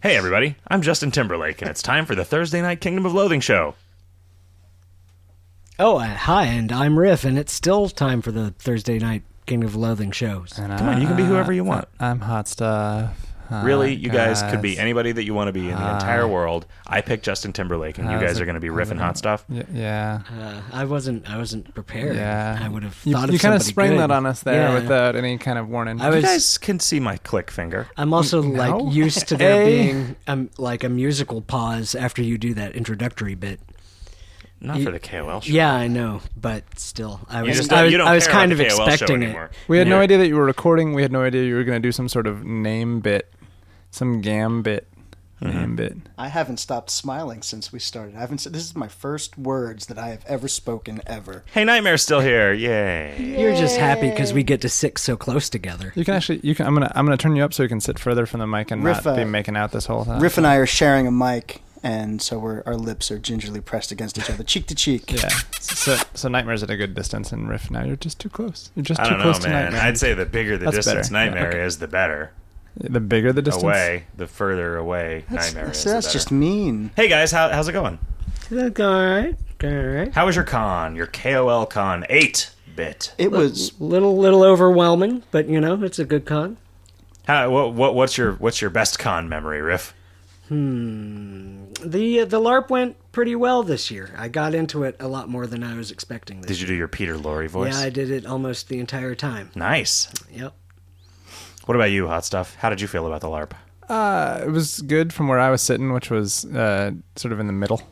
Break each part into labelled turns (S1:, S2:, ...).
S1: Hey, everybody, I'm Justin Timberlake, and it's time for the Thursday Night Kingdom of Loathing show.
S2: Oh, uh, hi, and I'm Riff, and it's still time for the Thursday night Kingdom of Loathing shows.
S3: Uh,
S1: Come on, you can be whoever you want.
S3: I'm hot stuff. Hot
S1: Really, you guys could be
S3: Uh, guys. Uh,
S1: anybody that you want to be in the entire world. I picked Justin Timberlake, and you
S3: How's
S1: guys
S3: it-
S1: are going to be
S3: how's it
S1: riffing hot stuff.
S3: Y- yeah.
S2: Uh, I wasn't. I wasn't prepared.
S3: Yeah.
S2: I would have
S3: You,
S2: thought
S3: you
S2: of
S3: kind of
S2: somebody
S3: sprang
S2: good.
S3: that on us there
S2: Yeah.
S3: without any kind of warning.
S2: I was-
S1: You guys can see my click finger.
S2: I'm also
S3: Mm, No?
S2: like used to there
S3: Hey.
S2: being um, like a musical pause after you do that introductory bit.
S1: Not
S2: You-
S1: for the KOL show.
S2: Yeah, I know, but still, I
S1: You
S2: was.
S1: just
S2: I
S1: don't,
S2: was,
S1: you don't
S2: I was
S1: care
S2: kind
S1: about
S2: of
S1: the KOL show
S2: expecting it.
S1: anymore.
S3: we had no
S1: Yeah.
S3: idea that you were recording. We had no idea you were going to do some sort of name bit, some gambit,
S1: Mm-hmm.
S3: name bit.
S4: I haven't stopped smiling since we started. I haven't. said This is my first words that I have ever spoken ever.
S1: Hey, Nightmare's still here. Yay.
S2: You're just happy because we get to sit so close together.
S3: You can actually. You can. I'm gonna. I'm gonna turn you up so you can sit further from the mic and
S4: Riff,
S3: not
S4: uh,
S3: be making out this whole time.
S4: Riff and I are sharing a mic, and so we're, our lips are gingerly pressed against each other, cheek to cheek.
S3: Yeah. So so nightmares at a good distance and riff. Now you're just too close. You're just
S1: I
S3: too
S1: don't know,
S3: close to
S1: man.
S3: nightmares.
S1: I'd say the bigger the
S3: That's
S1: distance
S3: better.
S1: Nightmare
S3: Yeah, okay.
S1: is, the better.
S3: the bigger the distance.
S1: Away, the further away
S4: That's,
S1: Nightmare
S4: that's,
S1: is. the
S4: that's
S1: better.
S4: just mean.
S1: Hey, guys, how, how's it going?
S2: all right. All right.
S1: How was your con? Your KOL con 8 bit.
S4: It was
S2: Little little overwhelming, but you know it's a good con.
S1: How, what, what, what's your what's your best con memory, Riff?
S2: The the LARP went pretty well this year. I got into it a lot more than I was expecting. This
S1: Did you do your Peter Lorre
S2: year.
S1: voice?
S2: Yeah, I did it almost the entire time.
S1: Nice.
S2: Yep.
S1: What about you, Hot Stuff? How did you feel about the LARP?
S3: Uh, it was good from where I was sitting, which was uh, sort of in the middle.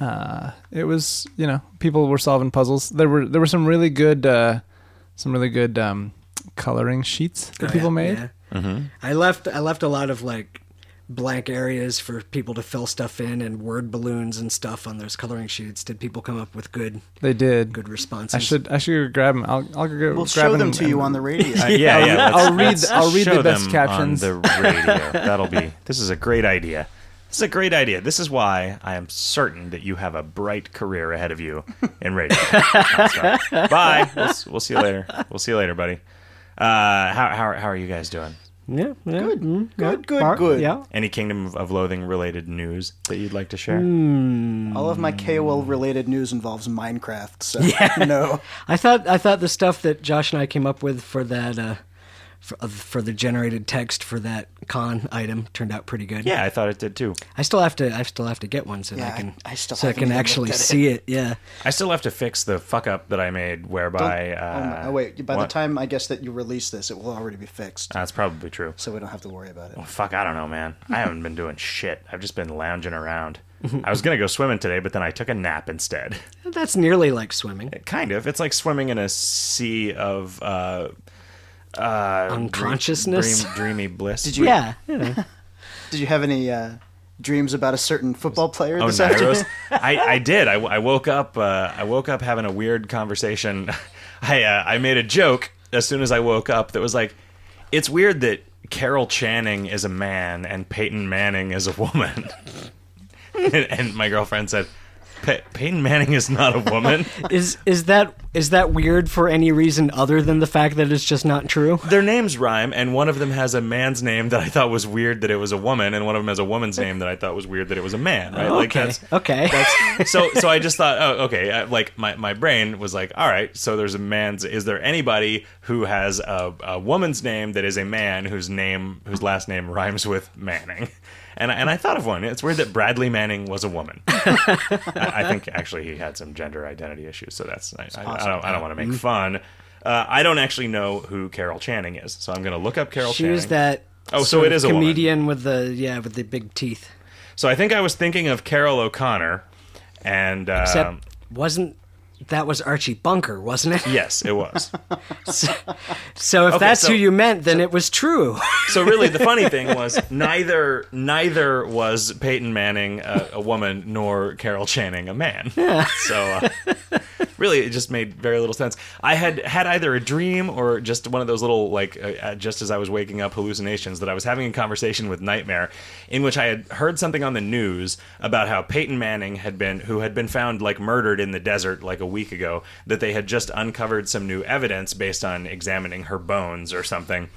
S3: Uh, it was, you know, people were solving puzzles. There were there were some really good, uh, some really good um, coloring sheets that
S2: Oh,
S3: people
S2: yeah,
S3: made.
S2: yeah. I left I left a lot of like blank areas for people to fill stuff in and word balloons and stuff on those coloring sheets. Did people come up with good
S3: They did.
S2: good responses?
S3: I should I should go grab them. I'll I'll go
S4: We'll
S3: grab
S4: show them
S3: and-
S4: to you
S3: and-
S4: on the radio.
S1: Uh, yeah, yeah. let's-
S3: I'll read-
S1: let's
S3: I'll read the
S1: show
S3: best
S1: them
S3: captions.
S1: on the radio. That'll be. This is a great idea. This is a great idea. This is why I am certain that you have a bright career ahead of you in radio. Hot Stuff. Bye. We'll, s- we'll see you later. We'll see you later, buddy. Uh, how, how, how are you guys doing?
S2: Yeah, yeah.
S4: Good,
S2: mm,
S4: good, good,
S2: Bar-
S4: good.
S2: Yeah.
S1: Any Kingdom of- of Loathing related news that you'd like to share?
S4: All of my KOL related news involves Minecraft, so no.
S2: I thought I thought the stuff that Josh and I came up with for that uh, for, of- for the generated text for that con item turned out pretty good.
S1: Yeah, I thought it did too.
S2: I still have to I still have to get one so that
S4: Yeah,
S2: I can
S4: I- I still
S2: so I
S4: haven't
S2: can
S4: even
S2: actually
S4: looked at it.
S2: see it. Yeah.
S1: I still have to fix the fuck up that I made, whereby.
S4: oh,
S1: Uh,
S4: my, oh wait, by
S1: what-
S4: the time I guess that you release this, it will already be fixed,
S1: That's probably true.
S4: so we don't have to worry about it.
S1: Fuck, I don't know, man. I haven't been doing shit. I've just been lounging around. I was gonna go swimming today, but then I took a nap instead.
S2: That's nearly like swimming.
S1: kind of. It's like swimming in a sea of uh, uh,
S2: Unconsciousness?
S1: dream, dreamy bliss. Did
S2: Yeah. yeah.
S4: Did you have any uh, dreams about a certain football player
S1: Oh,
S4: this afternoon?
S1: Nairos? I, I did. I, I woke up. Uh, I woke up having a weird conversation. I uh, I made a joke as soon as I woke up that was like, "It's weird that Carol Channing is a man and Peyton Manning is a woman." and, and my girlfriend said, "Pe- "Peyton Manning is not a woman."
S2: Is is that is that weird for any reason other than the fact that it's just not true?
S1: Their names rhyme, and one of them has a man's name that I thought was weird that it was a woman, and one of them has a woman's name that I thought was weird that it was a man. Right? Like
S2: okay.
S1: that's
S2: okay.
S1: so so I just thought, oh, okay. I, like my, my brain was like, all right. So there's a man's. Is there anybody who has a, a woman's name that is a man whose name whose last name rhymes with Manning? And I, and I thought of one. It's weird that Bradley Manning was a woman. I, I think actually he had some gender identity issues. So that's I, I, I don't I don't want
S2: Mm-hmm.
S1: to make fun. Uh, I don't actually know who Carol Channing is, so I'm going to look up Carol
S2: she
S1: Channing.
S2: was that
S1: Oh, so
S2: sort
S1: it
S2: of
S1: is a woman.
S2: comedian with the yeah, with the big teeth.
S1: So I think I was thinking of Carol O'Connor, and um,
S2: Except wasn't that was Archie Bunker, wasn't it?
S1: yes, it was.
S2: So, so if
S1: Okay,
S2: that's
S1: so-
S2: who you meant, then it was true.
S1: So really, the funny thing was neither neither was Peyton Manning a, a woman nor Carol Channing a man. So uh, really, it just made very little sense. I had had either a dream or just one of those little like uh, uh, just as I was waking up hallucinations that I was having a conversation with Nightmare, in which I had heard something on the news about how Peyton Manning had been who had been found like murdered in the desert like a week ago that they had just uncovered some new evidence based on examining her bones or something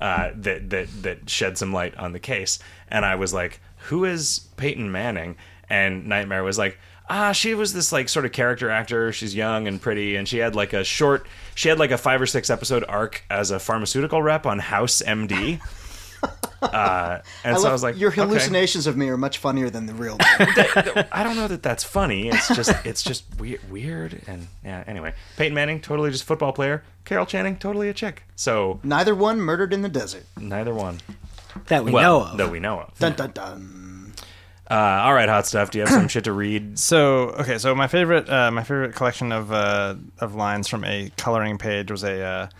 S1: uh, that that that shed some light on the case. And I was like, "Who is Peyton Manning?" And Nightmare was like, "Ah, she was this like sort of character actor. She's young and pretty, and she had like a short, she had like a five or six episode arc as a pharmaceutical rep on House MD." Uh, and
S4: I
S1: so
S4: love-
S1: I was like,
S4: your
S1: "Okay."
S4: hallucinations of me are much funnier than the real. me.
S1: I don't know that that's funny. It's just it's just we- weird and yeah. Anyway, Peyton Manning totally just football player. Carol Channing totally a chick. So
S4: Neither one murdered in the desert.
S1: neither one
S2: that we
S1: well,
S2: know of.
S1: that we know of.
S4: Dun dun dun.
S1: Uh, all right, hot stuff. Do you have some shit to read?
S3: So okay, so my favorite uh, my favorite collection of uh, of lines from a coloring page was a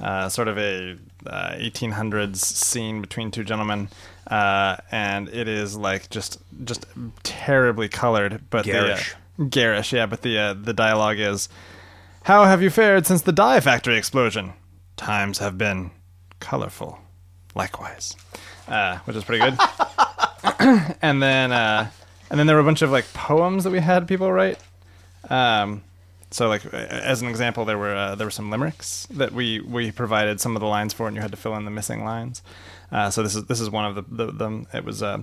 S3: uh, uh, sort of a uh, 1800s scene between two gentlemen, uh, and it is like just just terribly colored, but
S1: Garish.
S3: the, uh, garish, yeah. But the uh, the dialogue is, "How have you fared since the dye factory explosion? Times have been colorful, likewise," uh, which is pretty good and then uh, and then there were a bunch of like poems that we had people write. Um, so like a- as an example, there were uh, there were some limericks that we we provided some of the lines for, and you had to fill in the missing lines. Uh, so this is this is one of the, the them. It was. Uh,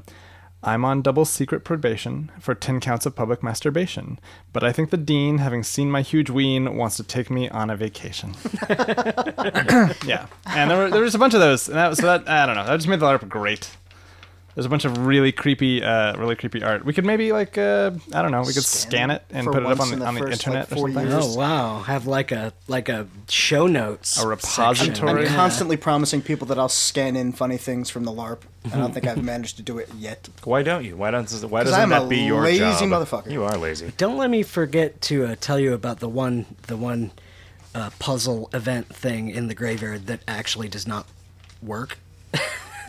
S3: I'm on double secret probation for 10 counts of public masturbation, but I think the dean, having seen my huge ween, wants to take me on a vacation. yeah. And there were, there was a bunch of those. And that, was- so that, I don't know, that just made the LARP great. There's a bunch of really creepy, uh, really creepy art. We could maybe like, uh, I don't know, we could
S4: Scan
S3: scan it and
S4: for
S3: put it up
S4: once
S3: on
S4: in
S3: the,
S4: the
S3: on the
S4: first, like,
S3: internet
S4: four
S3: or something.
S4: years.
S2: Oh wow! Have like a like a show notes,
S3: A
S2: section.
S3: repository?
S4: I'm
S3: Yeah.
S4: constantly promising people that I'll scan in funny things from the LARP. I don't think I've managed to do it yet.
S1: Why don't you? Why don't Why doesn't
S4: I'm
S1: that
S4: a
S1: be your
S4: lazy
S1: job?
S4: motherfucker.
S1: You are lazy.
S2: Don't let me forget to uh, tell you about the one the one uh, puzzle event thing in the graveyard that actually does not work.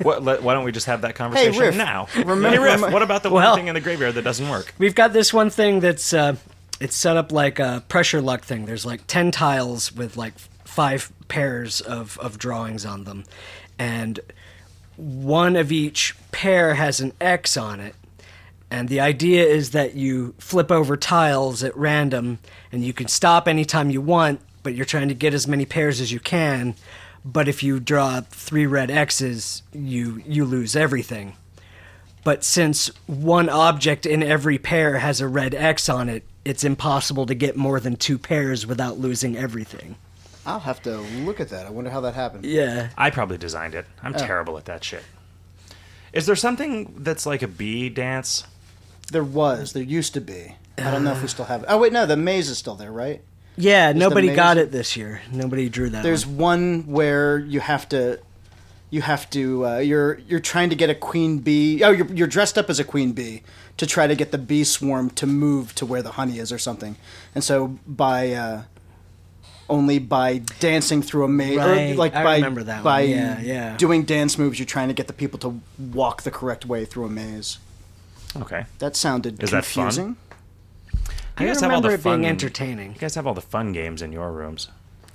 S1: What, let, why don't we just have that conversation
S4: Riff,
S1: now?
S4: remember-
S1: hey, Riff, what about the
S2: Well-
S1: one thing in the graveyard that doesn't work?
S2: We've got this one thing that's uh, it's set up like a pressure luck thing. There's like ten tiles with like five pairs of of drawings on them, and one of each pair has an X on it. And the idea is that you flip over tiles at random and you can stop anytime you want, but you're trying to get as many pairs as you can. But if you draw three red X's, you you lose everything. But since one object in every pair has a red X on it, it's impossible to get more than two pairs without losing everything.
S4: I'll have to look at that. I wonder how that happened.
S2: Yeah.
S1: I probably designed it. I'm
S4: Oh.
S1: terrible at that shit. Is there something that's like a bee dance?
S4: There was. There used to be. I don't know if we still have it. Oh wait, no, the maze is still there, right?
S2: Yeah, nobody
S4: maze-
S2: got it this year. Nobody drew that.
S4: There's
S2: one.
S4: one where you have to, you have to. Uh, you're you're trying to get a queen bee. Oh, you're you're dressed up as a queen bee to try to get the bee swarm to move to where the honey is or something. And so by uh, only by dancing through a maze, or
S2: Right,
S4: like
S2: I
S4: by
S2: remember that one.
S4: by
S2: Yeah, yeah.
S4: doing dance moves, you're trying to get the people to walk the correct way through a maze.
S1: Okay.
S4: That sounded
S1: Is that fun?
S4: confusing.
S1: You
S2: I
S1: guys have all
S2: remember
S1: the
S2: it being
S1: fun-
S2: entertaining.
S1: You guys have all the fun games in your rooms.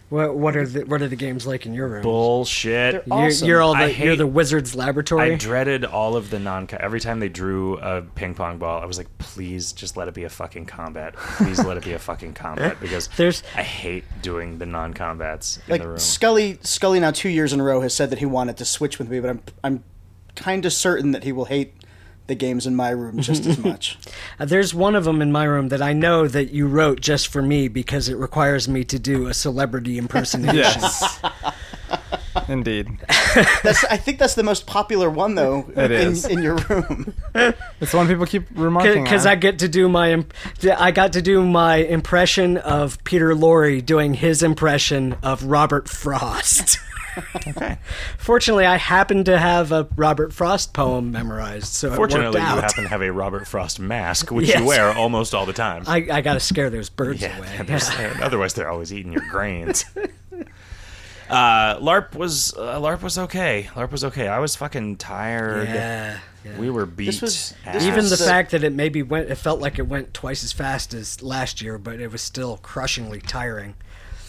S2: What, what are the What are the games like in your room?
S1: Bullshit.
S2: You're, you're all the
S1: I
S2: you're
S1: hate-
S2: the wizard's
S1: I
S2: laboratory.
S1: dreaded all of the non. Every time they drew a ping pong ball, I was like, please just let it be a fucking combat. Please let it be a fucking combat because
S2: There's-
S1: I hate doing the non combats in the room.
S4: like Scully Scully now two years in a row has said that he wanted to switch with me, but I'm I'm kind of certain that he will hate the games in my room just as much.
S2: Uh, There's one of them in my room that I know that you wrote just for me because it requires me to do a celebrity impersonation.
S3: Yes. Oh. Indeed.
S4: That's I think that's the most popular one though
S3: It
S4: in,
S3: is.
S4: in your room.
S3: It's the one people keep remarking
S2: because
S3: on.
S2: I get to do my imp- I got to do my impression of Peter Lorre doing his impression of Robert Frost. Fortunately, I happen to have a Robert Frost poem memorized, so it worked
S1: Fortunately, you
S2: out.
S1: happen to have a Robert Frost mask, which
S2: Yes.
S1: you wear almost all the time.
S2: I, I got to scare those birds away.
S1: Yeah, there's- otherwise they're always eating your grains. uh, LARP was uh, LARP was okay. LARP was okay. I was fucking tired.
S2: Yeah, yeah.
S1: We were beat.
S4: was-
S1: ass.
S4: this
S2: Even the
S4: So-
S2: fact that it maybe went, it felt like it went twice as fast as last year, but it was still crushingly tiring.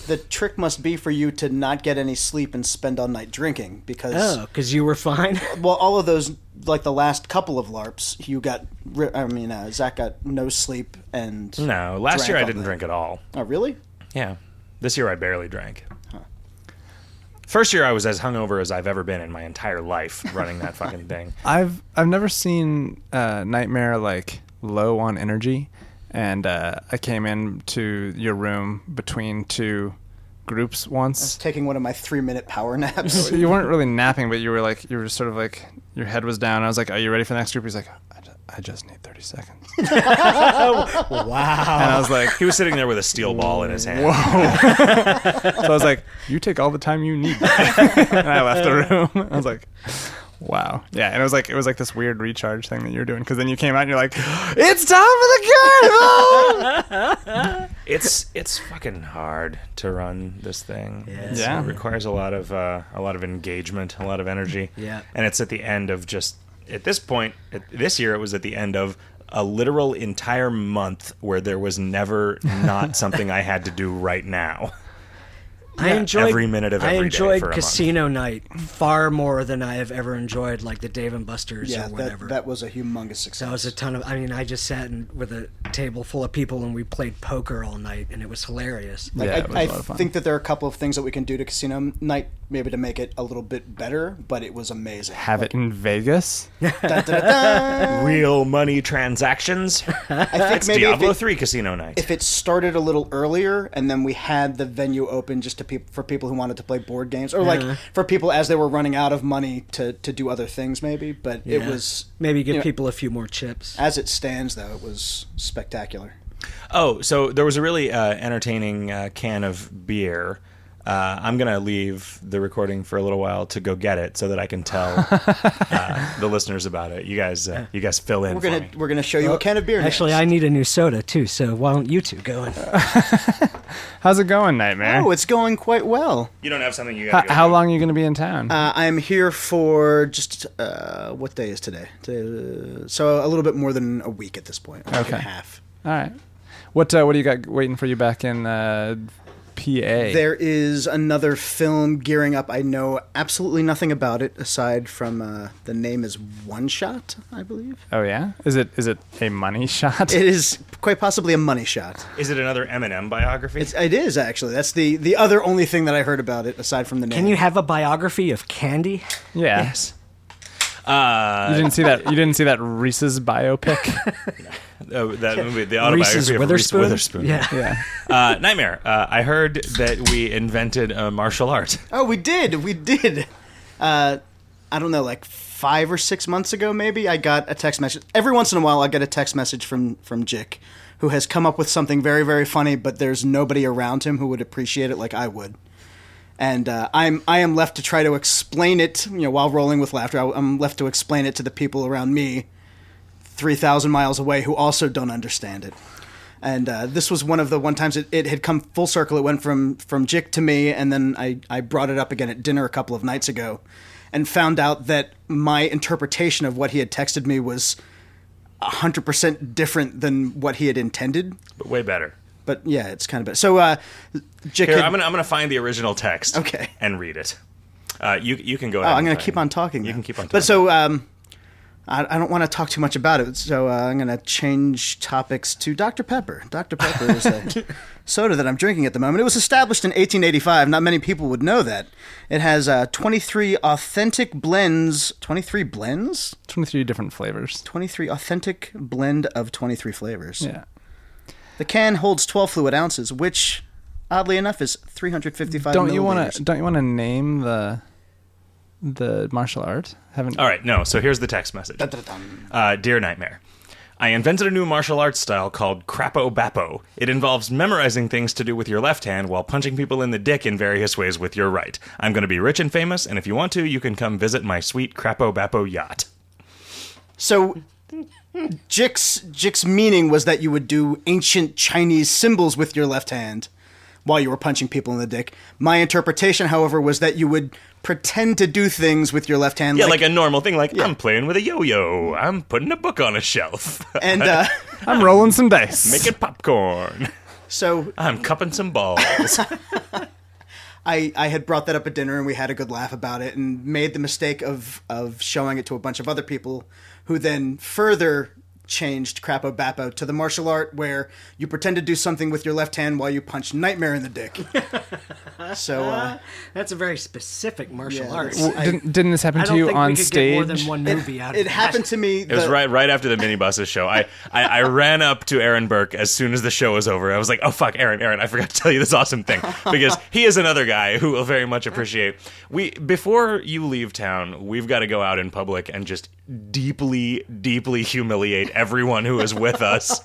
S4: The trick must be for you to not get any sleep and spend all night drinking because
S2: Oh, because you were fine.
S4: well, all of those like the last couple of LARPs, you got ri- I mean uh, Zach got no sleep and
S1: no, last
S4: drank
S1: year I
S4: all Oh,
S1: didn't
S4: night.
S1: drink at all.
S4: Oh really?
S1: Yeah, this year I barely drank. First year, I was as hungover as I've ever been in my entire life running that fucking thing.
S3: I've I've never seen uh, Nightmare like low on energy, and uh, I came in to your room between two groups once.
S4: taking one of my three minute power naps.
S3: you weren't really napping, but you were like you were sort of like your head was down. I was like, "Are you ready for the next group?" He's like, "I just, I just need thirty seconds," and
S2: Wow.
S3: I was like.
S1: He was sitting there with a steel ball in his hand.
S3: So I was like, "You take all the time you need," and I left the room. I was like, "Wow, yeah." And it was like it was like this weird recharge thing that you were doing because then you came out and you're like, "It's time for the carnival."
S1: It's it's fucking hard to run this thing. It's-
S3: Yeah.
S1: it requires a lot of uh, a lot of engagement, a lot of energy.
S2: Yeah.
S1: and it's at the end of just at this point at, this year it was at the end of a literal entire month where there was never not something I had to do right now.
S2: I enjoyed
S1: every minute of
S2: I
S1: every day
S2: enjoyed
S1: for a month.
S2: Casino Night far more than I have ever enjoyed like the Dave and Buster's
S4: yeah,
S2: or
S4: that,
S2: whatever.
S4: that was a humongous success.
S2: That was a ton of. I mean, I just sat in, with a table full of people and we played poker all night, and it was hilarious.
S3: Like, Yeah, it was
S4: I,
S3: a
S4: I
S3: lot of fun.
S4: think that there are a couple of things that we can do to Casino Night, maybe to make it a little bit better, but it was amazing.
S3: Have it in Vegas.
S1: Real money transactions.
S4: I think maybe
S1: Diablo
S4: if, it,
S1: Three Casino Night.
S4: if it started a little earlier and then we had the venue open just to peop for people who wanted to play board games or like for people as they were running out of money to, to do other things, maybe. But it
S2: Yeah.
S4: was
S2: Maybe give
S4: you know,
S2: people a few more chips.
S4: as it stands though, it was spectacular.
S1: Oh, so there was a really uh, entertaining uh, can of beer. Uh, I'm gonna leave the recording for a little while to go get it, so that I can tell uh, the listeners about it. You guys, uh, you guys fill in.
S4: We're
S1: for
S4: gonna
S1: me.
S4: we're gonna show you a can of beer.
S2: Actually,
S4: next.
S2: I need a new soda too, so why don't you two go and
S3: How's it going, Nightmare?
S4: oh, it's going quite well.
S1: You don't have something you
S3: how,
S1: got.
S3: how long are you going to be in town?
S4: Uh, I'm here for just uh, what day is today? today uh, so a little bit more than a week at this point. a week and a
S3: Okay.
S4: half.
S3: All right. What uh, what do you got waiting for you back in uh, PA?
S4: There is another film gearing up. I know absolutely nothing about it aside from uh, the name is One Shot, I believe.
S3: oh yeah. Is it is it a money shot?
S4: It is quite possibly a money shot.
S1: Is it another Eminem biography?
S4: It's, it is actually. That's the the other only thing that I heard about it aside from the name.
S2: Can you have a biography of candy?
S3: yeah. You didn't see that. You didn't see that Reese's biopic.
S1: Uh, that movie, the autobiography
S2: Reese's
S1: of
S2: Witherspoon?
S1: Reese Witherspoon.
S2: Yeah.
S3: yeah.
S1: Uh, Nightmare. Uh, I heard that we invented a martial art.
S4: Oh, we did. We did. Uh, I don't know, like five or six months ago, maybe. I got a text message. Every once in a while, I get a text message from from Jick, who has come up with something very, very funny, but there's nobody around him who would appreciate it like I would. And uh, I'm I am left to try to explain it, you know, while rolling with laughter. I, I'm left to explain it to the people around me, three thousand miles away, who also don't understand it and uh, this was one of the one times it, it had come full circle. It went from from Jick to me, and then I I brought it up again at dinner a couple of nights ago, and found out that my interpretation of what he had texted me was hundred percent different than what he had intended.
S1: But way better.
S4: But yeah, it's kind of bad. So uh, Jick,
S1: Here,
S4: had-
S1: I'm gonna I'm gonna find the original text.
S4: Okay.
S1: And read it. Uh, you you can go.
S4: Oh,
S1: ahead
S4: I'm
S1: and
S4: going to
S1: find-
S4: keep on talking.
S1: You can
S4: then.
S1: keep on. talking.
S4: But so um, I, I don't want to talk too much about it. So uh, I'm going to change topics to Dr Pepper. Dr Pepper is a soda that I'm drinking at the moment. It was established in 1885. Not many people would know that. It has uh, 23 authentic blends. 23 blends.
S3: Twenty three different flavors.
S4: 23 authentic blend of 23 flavors.
S3: Yeah.
S4: The can holds 12 fluid ounces, which, oddly enough, is 355.
S3: Don't you want
S4: milliliters.
S3: to? Don't you want to name the the martial art? Haven't.
S1: All right, no. So here's the text message.
S4: Dun-dun-dun.
S1: Uh, Dear Nightmare, I invented a new martial arts style called Crapo Bappo. It involves memorizing things to do with your left hand while punching people in the dick in various ways with your right. I'm going to be rich and famous, and if you want to, you can come visit my sweet Crapo Bappo yacht.
S4: So Jick's Jick's meaning was that you would do ancient Chinese symbols with your left hand while you were punching people in the dick. My interpretation, however, was that you would pretend to do things with your left hand.
S1: Yeah, like, a normal thing, like I'm playing with a yo yo, I'm putting a book on a shelf,
S4: and uh,
S3: I'm rolling some dice.
S1: making popcorn,
S4: so
S1: I'm cupping some balls.
S4: I, I had brought that up at dinner and we had a good laugh about it and made the mistake of of showing it to a bunch of other people who then further changed Crapo Bapo to the martial art where you pretend to do something with your left hand while you punch Nightmare in the dick. so uh,
S2: That's a very specific martial
S4: Yeah,
S2: art.
S4: that's-
S2: I
S4: I-
S3: didn't, didn't this happen to
S2: don't
S3: you
S2: think
S3: on
S2: we could
S3: stage?
S2: get more than one movie out of
S4: it
S2: that.
S4: happened to me.
S1: It was right right after the minibuses show. I, I I ran up to Aaron Burke as soon as the show was over. I was like, "Oh fuck, Aaron, Aaron, I forgot to tell you this awesome thing because he is another guy who will very much appreciate. We before you leave town, we've got to go out in public and just deeply deeply humiliate everyone who is with us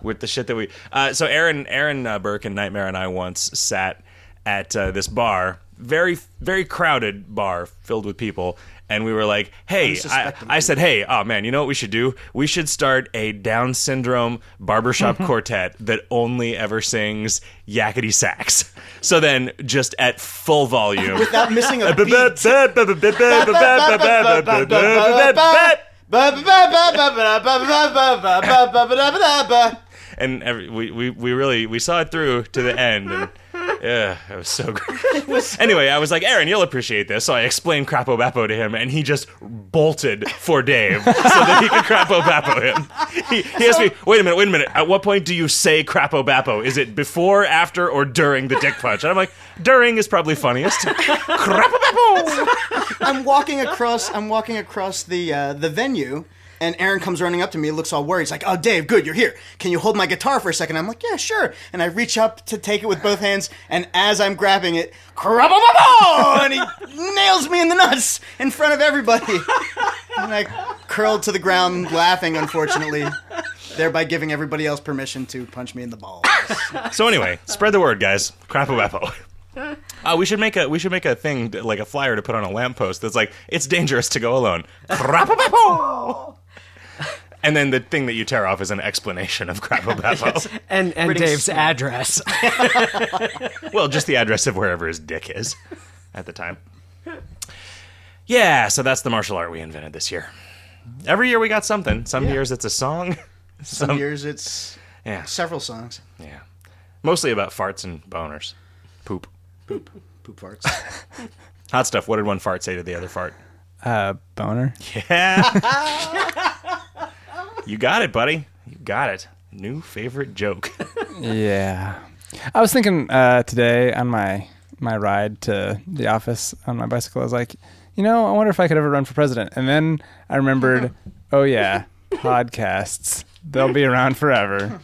S1: with the shit that we. Uh, so Aaron Aaron uh, Burke and Nightmare and I once sat at uh, this bar, very very crowded bar filled with people, and we were like, "Hey, I,
S4: Unsuspecting
S1: I said, hey, oh man, you know what we should do? We should start a Down syndrome barbershop quartet that only ever sings yakety sax. So then, just at full volume.
S4: Without missing a beat.
S1: and
S4: It
S1: every, we, we, we really we saw it through to the end and yeah it was so great anyway i was like aaron you'll appreciate this so i explained crapo bappo to him and he just bolted for dave so that he could crapo bappo him he, he asked me wait a minute wait a minute at what point do you say crapo bappo is it before after or during the dick punch and i'm like during is probably funniest crapo bappo
S4: I'm walking across. I'm walking across the uh, the venue, and Aaron comes running up to me. Looks all worried. He's like, "Oh, Dave, good, you're here. Can you hold my guitar for a second? I'm like, "Yeah, sure." And I reach up to take it with both hands, and as I'm grabbing it, "Krabababo!" and he nails me in the nuts in front of everybody. And I curled to the ground, laughing, unfortunately, thereby giving everybody else permission to punch me in the balls.
S1: So anyway, spread the word, guys. Crapo Beppo. Uh, we should make a we should make a thing that- like a flyer to put on a lamppost that's like it's dangerous to go alone. Crapo Beppo. And then the thing that you tear off is an explanation of Crapo Beppo.
S2: and and
S4: Pretty
S2: Dave's
S4: small.
S2: address.
S1: well, just the address of wherever his dick is at the time. Yeah, so that's the martial art we invented this year. Every year we got something. Some years it's a song.
S4: Some years, it's
S1: Yeah,
S4: several songs.
S1: yeah. Mostly about farts and boners, poop.
S4: Poop farts.
S1: Hot stuff. What did one fart say to the other fart?
S3: Uh, boner.
S1: Yeah. you got it, buddy. You got it. New favorite joke.
S3: Yeah. I was thinking uh, today on my my ride to the office on my bicycle. I was like, you know, I wonder if I could ever run for president. And then I remembered, oh yeah, podcasts. They'll be around forever.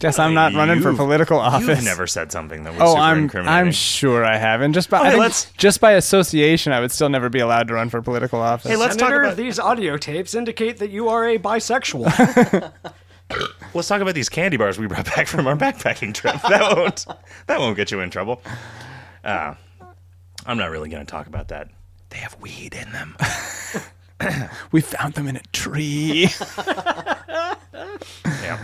S3: Guess I'm not running for
S1: You've-
S3: political office.
S1: You've never said something that was
S3: Oh,
S1: super
S3: I'm
S1: incriminating.
S3: I'm sure I haven't. Just by I
S1: Okay,
S3: think
S1: let's-
S3: just by association, I would still never be allowed to run for political office.
S1: Hey, let's talk
S2: Senator,
S1: about
S2: these audio tapes indicate that you are a bisexual.
S1: let's talk about these candy bars we brought back from our backpacking trip. That won't that won't get you in trouble. Uh, I'm not really going to talk about that. They have weed in them.
S3: we found them in a tree.
S1: yeah.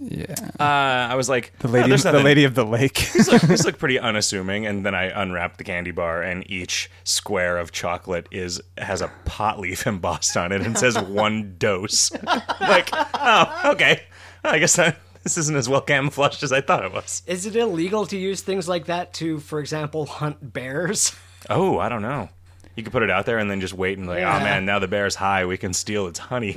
S3: yeah,
S1: Uh, I was like "Oh,
S3: the lady, the lady of the lake.
S1: these look, these look pretty unassuming and then i unwrap the candy bar and each square of chocolate is has a pot leaf embossed on it and says one dose like oh okay i guess I, this isn't as well camouflaged as i thought it was
S2: Is it illegal to use things like that to, for example, hunt bears?
S1: oh i don't know you could put it out there and then just wait and like oh man now the bear's high we can steal its honey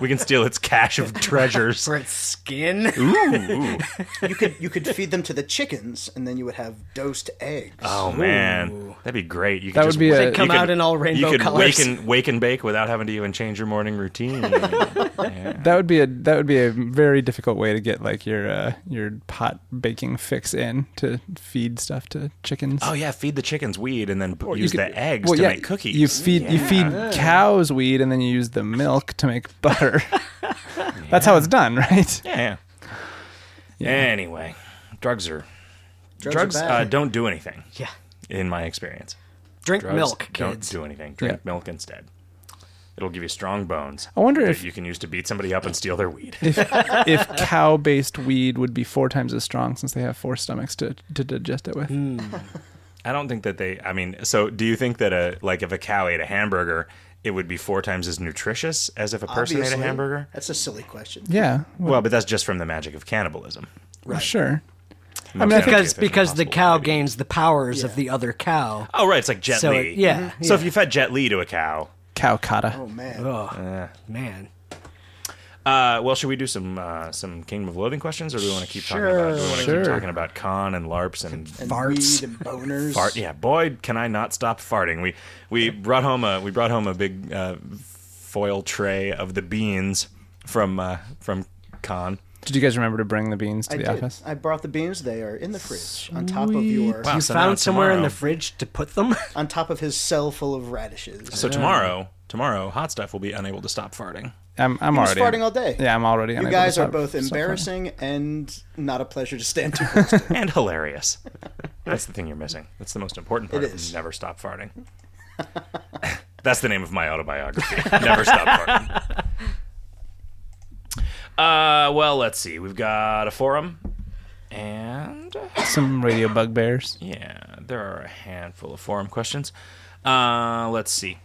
S1: we can steal its cache of treasures
S2: For its skin?
S1: Ooh.
S4: You could you could feed them to the chickens, and then you would have dosed eggs.
S1: Oh man, that'd be great. You could
S3: That would
S1: just
S3: be
S1: wake-
S3: a-
S1: you
S2: Come
S1: could-
S2: out in all rainbow
S1: You could
S2: colors.
S1: wake and wake and bake without having to even change your morning routine. Yeah.
S3: That would be a that would be a very difficult way to get like your uh, your pot baking fix in to feed stuff to chickens.
S1: Oh yeah, feed the chickens weed and then b-
S3: Or you
S1: use
S3: could-
S1: the eggs
S3: well,
S1: to
S3: yeah,
S1: make cookies.
S3: You feed you
S1: Yeah.
S3: feed cows weed and then you use the milk to make butter. That's how it's done, right?
S1: Yeah. yeah. Anyway, drugs are
S4: Drugs,
S1: drugs
S4: are
S1: uh,
S4: bad.
S1: don't do anything
S2: yeah.
S1: in my experience.
S2: Drink
S1: Drugs
S2: milk,
S1: don't
S2: kids.
S1: do anything. Drink
S3: Yeah.
S1: milk instead. It'll give you strong bones.
S3: I wonder
S1: that
S3: if-
S1: you can use to beat somebody up and steal their weed.
S3: If if cow based weed would be four times as strong since they have four stomachs to, to digest it with.
S4: Mm.
S1: I don't think that they. I mean, so do you think that a like if a cow ate a hamburger, it would be four times as nutritious as if a person ate
S4: Obviously.
S1: a hamburger?
S4: That's a silly question.
S3: Yeah, well,
S1: Well, but that's just from the magic of cannibalism.
S3: sure.
S1: I
S3: mean, I think
S2: Because because the cow gains the powers of the other cow.
S1: Oh right, it's like Jet
S2: So,
S1: Li. Mm-hmm.
S2: yeah, Mhm.
S1: So if
S2: yeah.
S1: you fed Jet Li to a cow,
S3: Cow kata.
S4: Oh man.
S2: Oh man.
S1: Uh, well, should we do some uh, some Kingdom of Loathing questions, or do we want to keep talking
S4: Sure.
S1: about? Do we want to
S3: Sure.
S1: keep talking about con and larps and
S4: And
S2: Farts.
S4: weed and boners.
S1: fart? Yeah, boy, can I not stop farting. We we brought home a we brought home a big uh, foil tray of the beans from uh, from con.
S3: Did you guys remember to bring the beans to
S4: I
S3: the
S4: did.
S3: office?
S4: I brought the beans. They are in the fridge on top of your
S1: Wow.
S2: you
S1: so now
S2: found somewhere in
S1: tomorrow-
S2: the fridge to put them.
S4: on top of his cell full of radishes.
S1: So tomorrow, tomorrow, hot stuff will be unable to stop farting.
S3: I'm, I'm
S4: was
S3: already
S4: farting all day.
S3: Yeah, I'm already.
S4: you guys are both embarrassing and not a pleasure to stand too close to.
S1: and hilarious. That's the thing you're missing. That's the most important part.
S4: It
S1: of
S4: is.
S1: Never stop farting. That's the name of my autobiography. Never stop farting. Uh, well, let's see. We've got a forum, and
S3: Some radio bugbears.
S1: yeah, there are a handful of forum questions. Uh, let's see.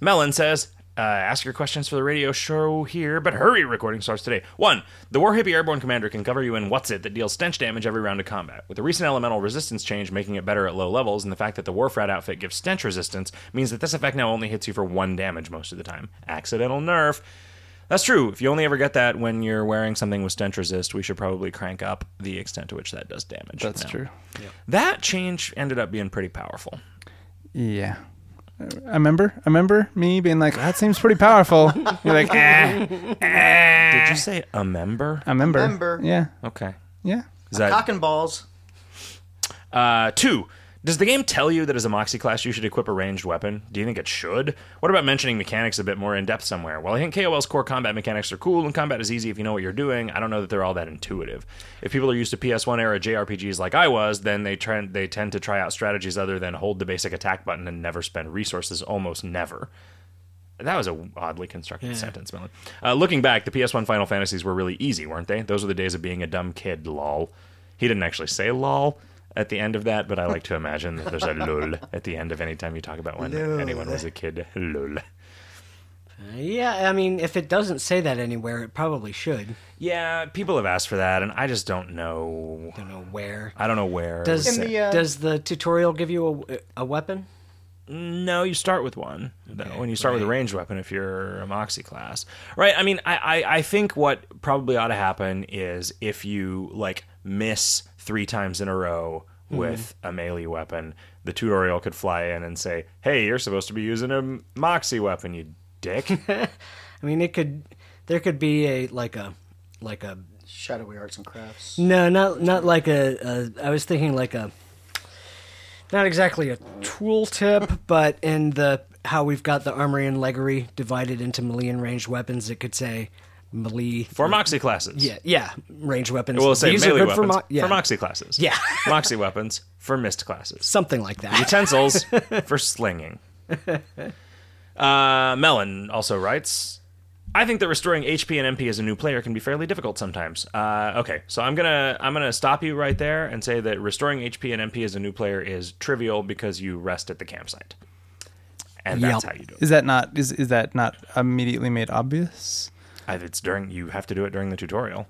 S1: Melon says, uh, ask your questions for the radio show here, but hurry, recording starts today. One, the War Hippie Airborne Commander can cover you in What's It that deals stench damage every round of combat. With the recent elemental resistance change making it better at low levels, and the fact that the Warf Rat outfit gives stench resistance, means that this effect now only hits you for one damage most of the time. Accidental nerf. That's true. If you only ever get that when you're wearing something with stench resist, we should probably crank up the extent to which that does damage.
S3: That's
S1: now.
S3: true.
S1: That change ended up being pretty powerful.
S3: Yeah. I remember. I remember me being like, "That seems pretty powerful." You're like, "Ah."
S1: Did you say a member?
S3: I remember.
S4: Remember.
S3: Yeah.
S1: Okay.
S3: Yeah.
S1: Is that
S4: Cock and balls.
S1: Uh, two. Does the game tell you that as a Moxie class you should equip a ranged weapon? Do you think it should? What about mentioning mechanics a bit more in depth somewhere? Well, I think KOL's core combat mechanics are cool and combat is easy if you know what you're doing. I don't know that they're all that intuitive. If people are used to PS1 era JRPGs like I was, then they trend they tend to try out strategies other than hold the basic attack button and never spend resources, almost never. That was a oddly constructed sentence, Melon. Uh, looking back, the PS1 Final Fantasies were really easy, weren't they? Those were the days of being a dumb kid, lol. He didn't actually say lol at the end of that, but I like to imagine that there's a lol at the end of any time you talk about when
S4: Lol.
S1: anyone was a kid. Lol.
S2: yeah, I mean, if it doesn't say that anywhere, it probably should.
S1: Yeah, people have asked for that, and I just don't know.
S2: don't know where.
S1: I don't know where. it was
S2: Does
S4: In
S1: set.
S4: the, uh,
S2: does the tutorial give you a, a weapon?
S1: No, you start with one though, and you start with a
S2: right.
S1: ranged weapon if you're a moxie class, right? I mean, I, I I think what probably ought to happen is if you like miss three times in a row
S2: Hmm.
S1: with a melee weapon, the tutorial could fly in and say, "Hey, you're supposed to be using a moxie weapon, you dick."
S2: I mean, it could. There could be a like a like a
S4: Shadowy arts and crafts.
S2: no, not not like a. a I was thinking like a. Not exactly a tooltip, but in the how we've got the armory and legery divided into melee and ranged weapons, it could say melee.
S1: for moxie classes,
S2: yeah, yeah, ranged weapons.
S1: we'll say
S2: These are
S1: melee
S2: good
S1: weapons
S2: for
S1: for,
S2: mo- yeah,
S1: moxie classes,
S2: Yeah.
S1: moxie weapons for mist classes.
S2: something like that.
S1: utensils for slinging. Uh, Melon also writes. I think that restoring HP and MP as a new player can be fairly difficult sometimes. Uh, okay, so I'm gonna I'm gonna stop you right there and say that restoring HP and MP as a new player is trivial because you rest at the campsite, and that's
S2: Yep.
S1: how you do it.
S3: Is that not is is that not immediately made obvious?
S1: I- It's during you have to do it during the tutorial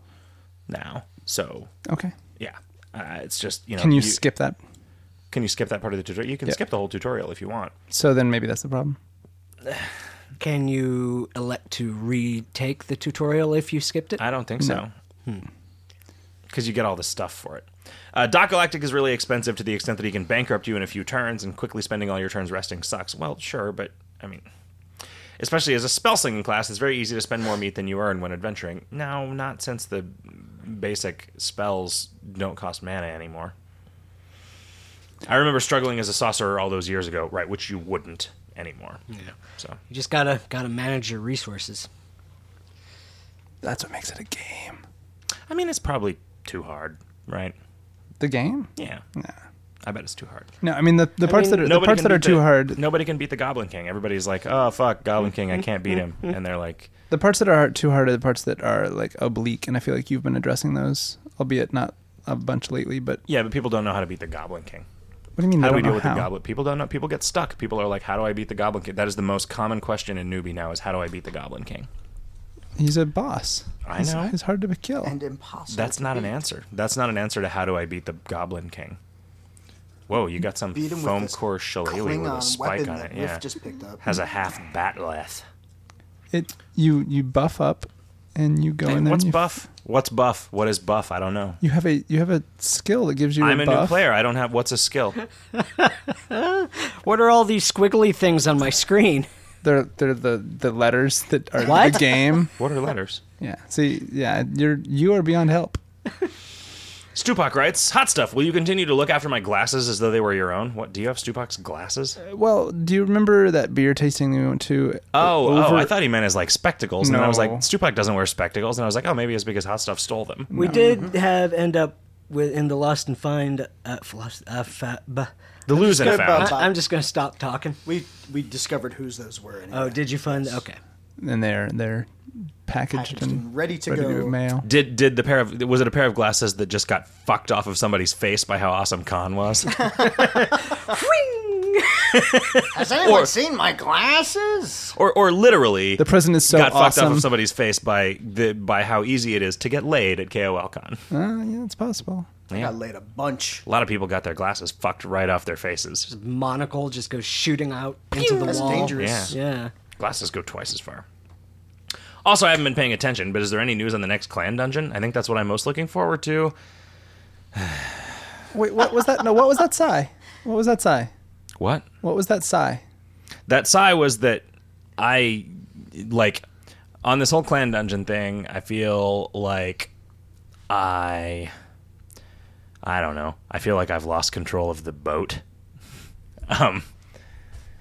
S1: now. So
S3: Okay.
S1: yeah, uh, it's just you know
S3: Can you, skip that?
S1: can you skip that part of the tutorial? You can
S3: Yeah.
S1: skip the whole tutorial if you want.
S3: So then maybe that's the problem.
S2: Can you elect to retake the tutorial if you skipped it?
S1: I don't think so. Because you get all the stuff for it. Uh, Doc Galactic is really expensive to the extent that he can bankrupt you in a few turns, and quickly spending all your turns resting sucks. Well, sure, but I mean, especially as a spell slinging class, it's very easy to spend more meat than you earn when adventuring. No, not since the basic spells don't cost mana anymore. I remember struggling as a sorcerer all those years ago, right? Which you wouldn't anymore. Yeah. So
S2: You just gotta gotta manage your resources.
S3: That's what makes it a game.
S1: I mean, it's probably too hard, right?
S3: The game?
S1: Yeah.
S3: Nah.
S1: I bet it's too hard.
S3: No, I mean the, the parts
S2: mean,
S3: that are the parts
S1: can
S3: that are
S1: beat
S3: too
S1: the-
S3: hard.
S1: Nobody can beat the Goblin King. Everybody's like, "Oh fuck, Goblin King, I can't beat him," and they're like,
S3: The parts that are too hard are the parts that are like oblique, and I feel like you've been addressing those, albeit not a bunch lately. But
S1: "Yeah, but people don't know how to beat the Goblin King."
S3: what do you mean?
S1: How
S3: they
S1: do we
S3: don't know
S1: deal with
S3: how?
S1: the Goblin? People don't know. People get stuck. People are like, "How do I beat the Goblin King?" That is the most common question in newbie now: is how do I beat the Goblin King?
S3: He's a boss.
S1: I
S3: He's-
S1: know.
S3: He's hard to kill.
S4: And impossible.
S1: That's
S4: to
S1: not an
S4: beat.
S1: answer. That's not an answer to how do I beat the Goblin King. Whoa, you got some
S4: Beat him with
S1: foam
S4: this
S1: core shillelagh with a
S4: Klingon
S1: spike
S4: weapon
S1: on
S4: that
S1: it.
S4: Riff
S1: Yeah,
S4: just picked up.
S1: has a half batleth.
S3: it you you buff up and you go in there.
S1: What's
S3: and you,
S1: buff? What's buff? What is buff? I don't know.
S3: you have a you have a skill that gives you.
S1: I'm a new
S3: buff.
S1: player. I don't have. What's a skill?
S2: What are all these squiggly things on my screen?
S3: They're they're the the letters that are the
S2: What?
S3: game.
S1: What are letters?
S3: Yeah. See. Yeah. You're you are beyond help.
S1: Stupak writes, "Hot stuff. Will you continue to look after my glasses as though they were your own? What do you have, Stupak's glasses?
S3: Well, do you remember that beer tasting we went to?
S1: Oh, oh,
S3: over-
S1: I thought he meant his like spectacles, and then I was like,
S3: No.
S1: Stupak doesn't wear spectacles, and I was like, oh, maybe it's because Hot Stuff stole them.
S2: We did
S3: Mm-hmm.
S2: have end up with in the lost and find. Uh, philosoph- uh, fa- bah.
S1: The lose and
S4: gonna
S1: found.
S4: bounce.
S2: I, I'm just gonna stop talking.
S4: We we discovered whose those were. Anyway.
S2: Oh, did you find? Okay.
S3: and they're they're packaged,
S4: Packaged
S3: and
S4: and ready to
S3: ready
S4: go.
S3: to go mail.
S1: Did did the pair of was it a pair of glasses that just got fucked off of somebody's face by how awesome Khan was?
S4: Has anyone
S1: Or-
S4: seen my glasses?
S1: or or literally
S3: The present is so
S1: got fucked off
S3: awesome.
S1: of somebody's face by the by how easy it is to get laid at KOL Con.
S3: Uh, yeah, it's possible.
S4: I
S1: Yeah.
S4: got laid a bunch.
S1: A lot of people got their glasses fucked right off their faces.
S2: Monocle just goes shooting out into the
S4: That's
S2: wall.
S4: dangerous.
S2: Yeah.
S1: Glasses go twice as far. Also, I haven't been paying attention, but is there any news on the next clan dungeon? I think that's what I'm most looking forward to.
S3: Wait, what was that? No, what was that sigh? What was that sigh?
S1: What?
S3: What was that sigh?
S1: that sigh was that I like on this whole clan dungeon thing. I feel like I I don't know. I feel like I've lost control of the boat. Um,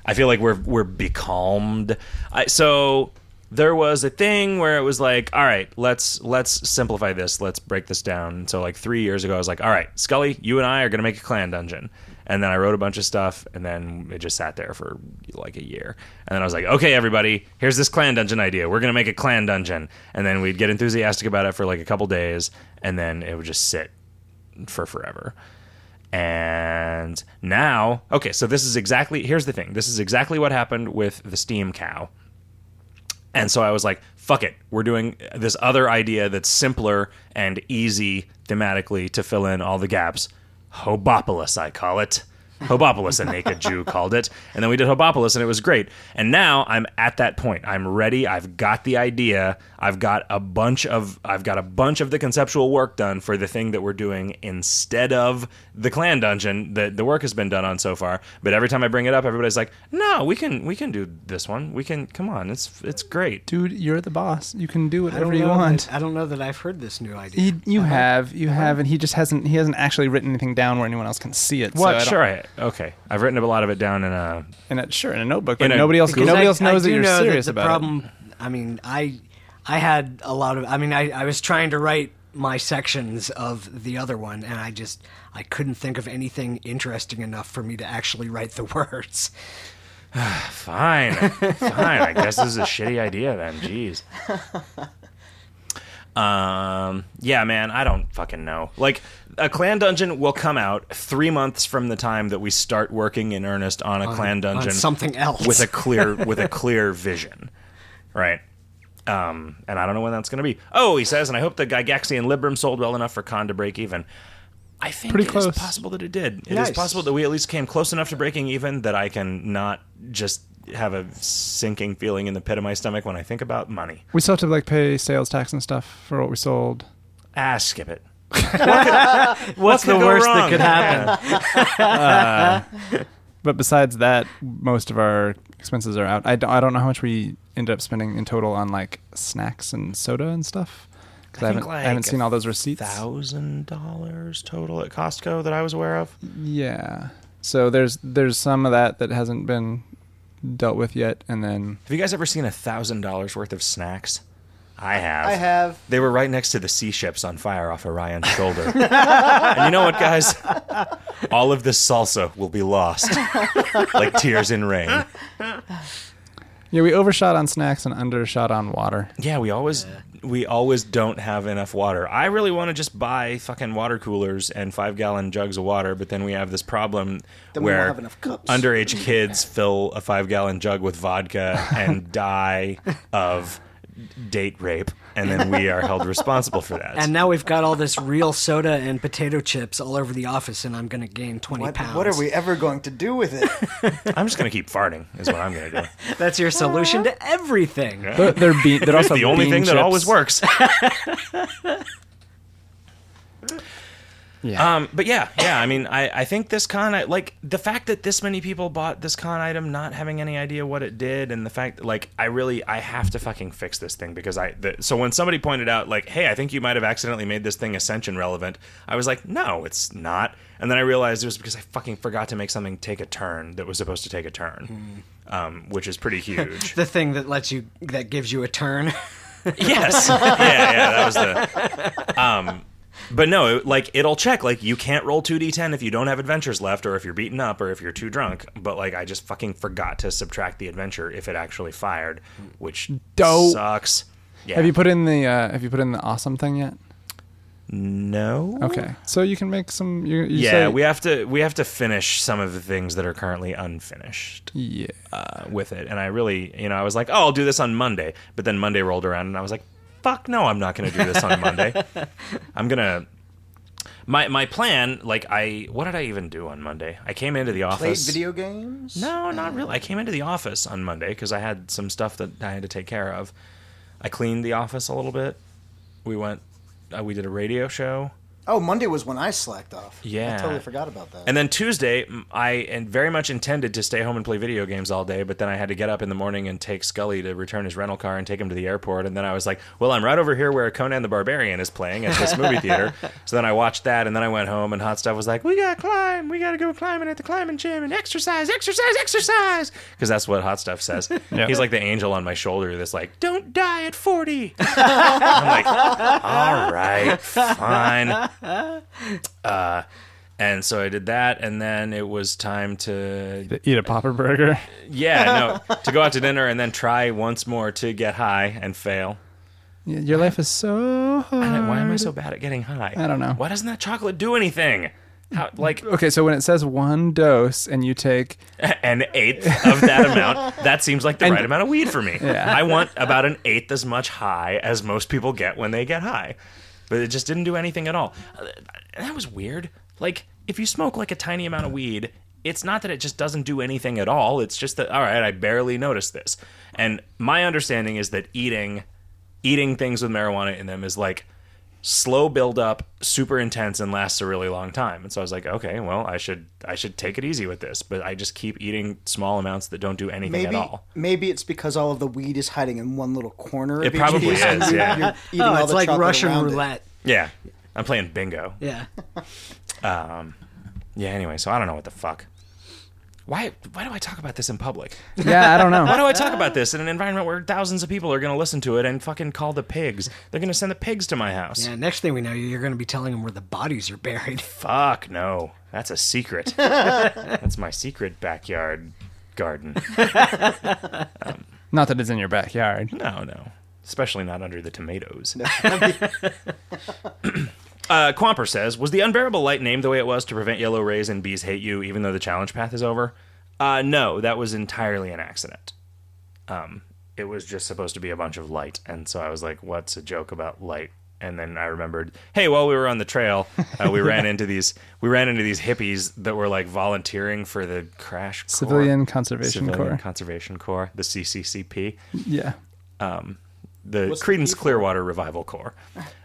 S1: I feel like we're we're becalmed. I, so there was a thing where it was like, all right, let's let's simplify this. Let's break this down. So like three years ago, I was like, all right, Scully, you and I are gonna make a clan dungeon. And then I wrote a bunch of stuff, and then it just sat there for like a year. And then I was like, okay, everybody, here's this clan dungeon idea. We're gonna make a clan dungeon. And then we'd get enthusiastic about it for like a couple days, and then it would just sit for forever. And now, okay, so this is exactly here's the thing. This is exactly what happened with the steam cow. And so I was like, fuck it. We're doing this other idea that's simpler and easy thematically to fill in all the gaps. Hobopolis, I call it. Hobopolis, a naked Jew called it. And then we did Hobopolis, and it was great. And now I'm at that point. I'm ready. I've got the idea. I've got a bunch of I've got a bunch of the conceptual work done for the thing that we're doing instead of the clan dungeon that the work has been done on so far. But every time I bring it up, everybody's like, "No, we can we can do this one. We can come on. It's it's great."
S3: Dude, you're the boss. You can do
S2: I don't
S3: whatever
S2: know
S3: you
S2: that-
S3: want.
S2: I don't know that I've heard this new idea.
S3: He, you have, you have, and he just hasn't. He hasn't actually written anything down where anyone else can see it. so I
S1: What?
S3: don't-
S1: sure. I, okay. I've written a lot of it down in a.
S3: And it, sure, in a notebook, but
S1: In a-
S3: nobody else.
S2: Because
S3: Nobody
S2: I-
S3: else knows
S2: I
S3: that
S2: do
S3: you're
S2: know
S3: serious
S2: the
S3: about it.
S2: problem, I mean, I I had a lot of. I mean, I, I was trying to write my sections of the other one, and I just I couldn't think of anything interesting enough for me to actually write the words.
S1: Fine. fine. I guess this is a shitty idea then. Jeez. Um. Yeah, man. I don't fucking know. Like, a clan dungeon will come out three months from the time that we start working in earnest on a clan dungeon.
S2: on something else.
S1: with a clear with a clear vision, right? Um, and I don't know when that's going to be. Oh, he says, and I hope the Gygaxian Librum sold well enough for Khan to break even. I think
S3: Pretty
S1: it is
S3: close.
S1: possible that it did. It is
S2: Nice.
S1: possible that we at least came close enough to breaking even that I can not just have a sinking feeling in the pit of my stomach when I think about money.
S3: We still have to like pay sales tax and stuff for what we sold.
S1: Ah, skip it.
S2: What's
S1: could
S2: the
S1: go
S2: worst
S1: wrong?
S2: that could happen?
S3: But besides that, most of our expenses are out. I don't, I don't know how much we ended up spending in total on like snacks and soda and stuff. 'Cause I,
S1: I think,
S3: haven't, I haven't
S1: like,
S3: seen all those receipts.
S1: Thousand dollars total at Costco that I was aware of.
S3: Yeah. So there's there's some of that that hasn't been dealt with yet, and then
S1: Have you guys ever seen a thousand dollars worth of snacks? I have.
S4: I have.
S1: They were right next to the sea ships on fire off Orion's shoulder. and you know what, guys? All of this salsa will be lost, like tears in rain.
S3: yeah, we overshot on snacks and undershot on water.
S1: Yeah, we always we always don't have enough water. I really want to just buy fucking water coolers and five gallon jugs of water, but then we have this problem
S4: Then we
S1: where
S4: won't have enough cups.
S1: underage kids fill a five gallon jug with vodka and die of date rape, and then we are held responsible for that.
S2: And now we've got all this real soda and potato chips all over the office, and I'm going to gain 20
S4: What,
S2: pounds.
S4: what are we ever going to do with it?
S1: I'm just gonna keep farting. Is what I'm gonna do.
S2: That's your solution to everything.
S3: They're, they're, bean, they're
S1: That's
S3: also
S1: the only thing
S3: bean
S1: that
S3: chips.
S1: always works.
S3: Yeah.
S1: Um, but yeah, yeah. I mean, I, I think this con, like the fact that this many people bought this con item, not having any idea what it did, and the fact, like, I really, I have to fucking fix this thing because I. The, so when somebody pointed out, like, hey, I think you might have accidentally made this thing Ascension relevant, I was like, no, it's not. And then I realized it was because I fucking forgot to make something take a turn that was supposed to take a turn, um, which is pretty huge.
S2: The thing that lets you, that gives you a turn.
S1: Yes. yeah, yeah, that was the. Um, but no, it, like it'll check. Like you can't roll two d10 if you don't have adventures left, or if you're beaten up, or if you're too drunk. But like I just fucking forgot to subtract the adventure if it actually fired, which
S3: Dope.
S1: sucks. Yeah.
S3: Have you put in the uh, Have you put in the awesome thing yet?
S1: no?
S3: Okay, so you can make some. You, you
S1: Yeah,
S3: say-
S1: we have to we have to finish some of the things that are currently unfinished.
S3: Yeah.
S1: uh, with it. And I really, you know, I was like, oh, I'll do this on Monday. But then Monday rolled around and I was like, fuck no, I'm not going to do this on Monday. I'm going to. My, my plan, like, I. What did I even do on Monday? I came into the
S4: Played
S1: office.
S4: video games?
S1: No, not really. I came into the office on Monday because I had some stuff that I had to take care of. I cleaned the office a little bit. We went. Uh, we did a radio show.
S4: Oh, Monday was when I slacked off.
S1: Yeah.
S4: I totally forgot about that.
S1: And then Tuesday, m- I and very much intended to stay home and play video games all day, but then I had to get up in the morning and take Scully to return his rental car and take him to the airport. And then I was like, well, I'm right over here where Conan the Barbarian is playing at this movie theater. so then I watched that, and then I went home, and Hot Stuff was like, we gotta climb, we gotta go climbing at the climbing gym and exercise, exercise, exercise, because that's what Hot Stuff says.
S3: Yeah.
S1: He's like the angel on my shoulder that's like, don't die at 40. I'm like, all right, fine. Uh, and so I did that, and then it was time to
S3: Eat a popper burger.
S1: yeah no to go out to dinner and then try once more to get high and fail.
S3: Yeah, Your life is so hard.
S1: And why am I so bad at getting high?
S3: I don't know.
S1: Why doesn't that chocolate do anything? How, like
S3: Okay, so when it says one dose and you take
S1: an eighth of that amount, that seems like the right amount of weed for me. I want about an eighth as much high as most people get when they get high, but it just didn't do anything at all. Uh, That was weird. Like if you smoke like a tiny amount of weed, it's not that it just doesn't do anything at all. It's just that all right, I barely noticed this. And my understanding is that eating, eating things with marijuana in them is like slow build up, super intense, and lasts a really long time. And so I was like, okay, well, I should I should take it easy with this, but I just keep eating small amounts that don't do anything at
S4: maybe
S1: all.
S4: maybe it's because all of the weed is hiding in one little corner.
S1: It
S4: of each
S1: probably
S4: piece, and
S1: is,
S4: you're-
S1: yeah.
S4: you're eating
S2: oh,
S4: all
S2: it's
S4: the
S2: like
S4: chocolate
S2: Russian
S4: around it.
S2: roulette.
S1: Yeah, I'm playing bingo.
S2: Yeah.
S1: Yeah. Anyway, so I don't know what the fuck. Why why do I talk about this in public?
S3: Yeah, I don't
S1: Why
S3: know.
S1: do I talk about this in an environment where thousands of people are going to listen to it and fucking call the pigs? They're going to send the pigs to my house.
S2: Yeah, next thing we know, you're going to be telling them where the bodies are buried.
S1: Fuck no. That's a secret. That's my secret backyard garden.
S3: Not that it's in your backyard.
S1: No, no. Especially not under the tomatoes. uh, Quamper says, was the unbearable light named the way it was to prevent yellow rays and bees hate you, even though the challenge path is over? Uh, no, that was entirely an accident. Um, it was just supposed to be a bunch of light, and so I was like, "What's a joke about light?" And then I remembered, hey, while we were on the trail, uh, we ran into these we ran into these hippies that were like volunteering for the crash Corps-
S3: Civilian Conservation
S1: Civilian
S3: Corps.
S1: Conservation Corps, the CCCP
S3: yeah.
S1: the
S4: What's the
S1: Credence
S4: P for?
S1: Clearwater Revival Corps,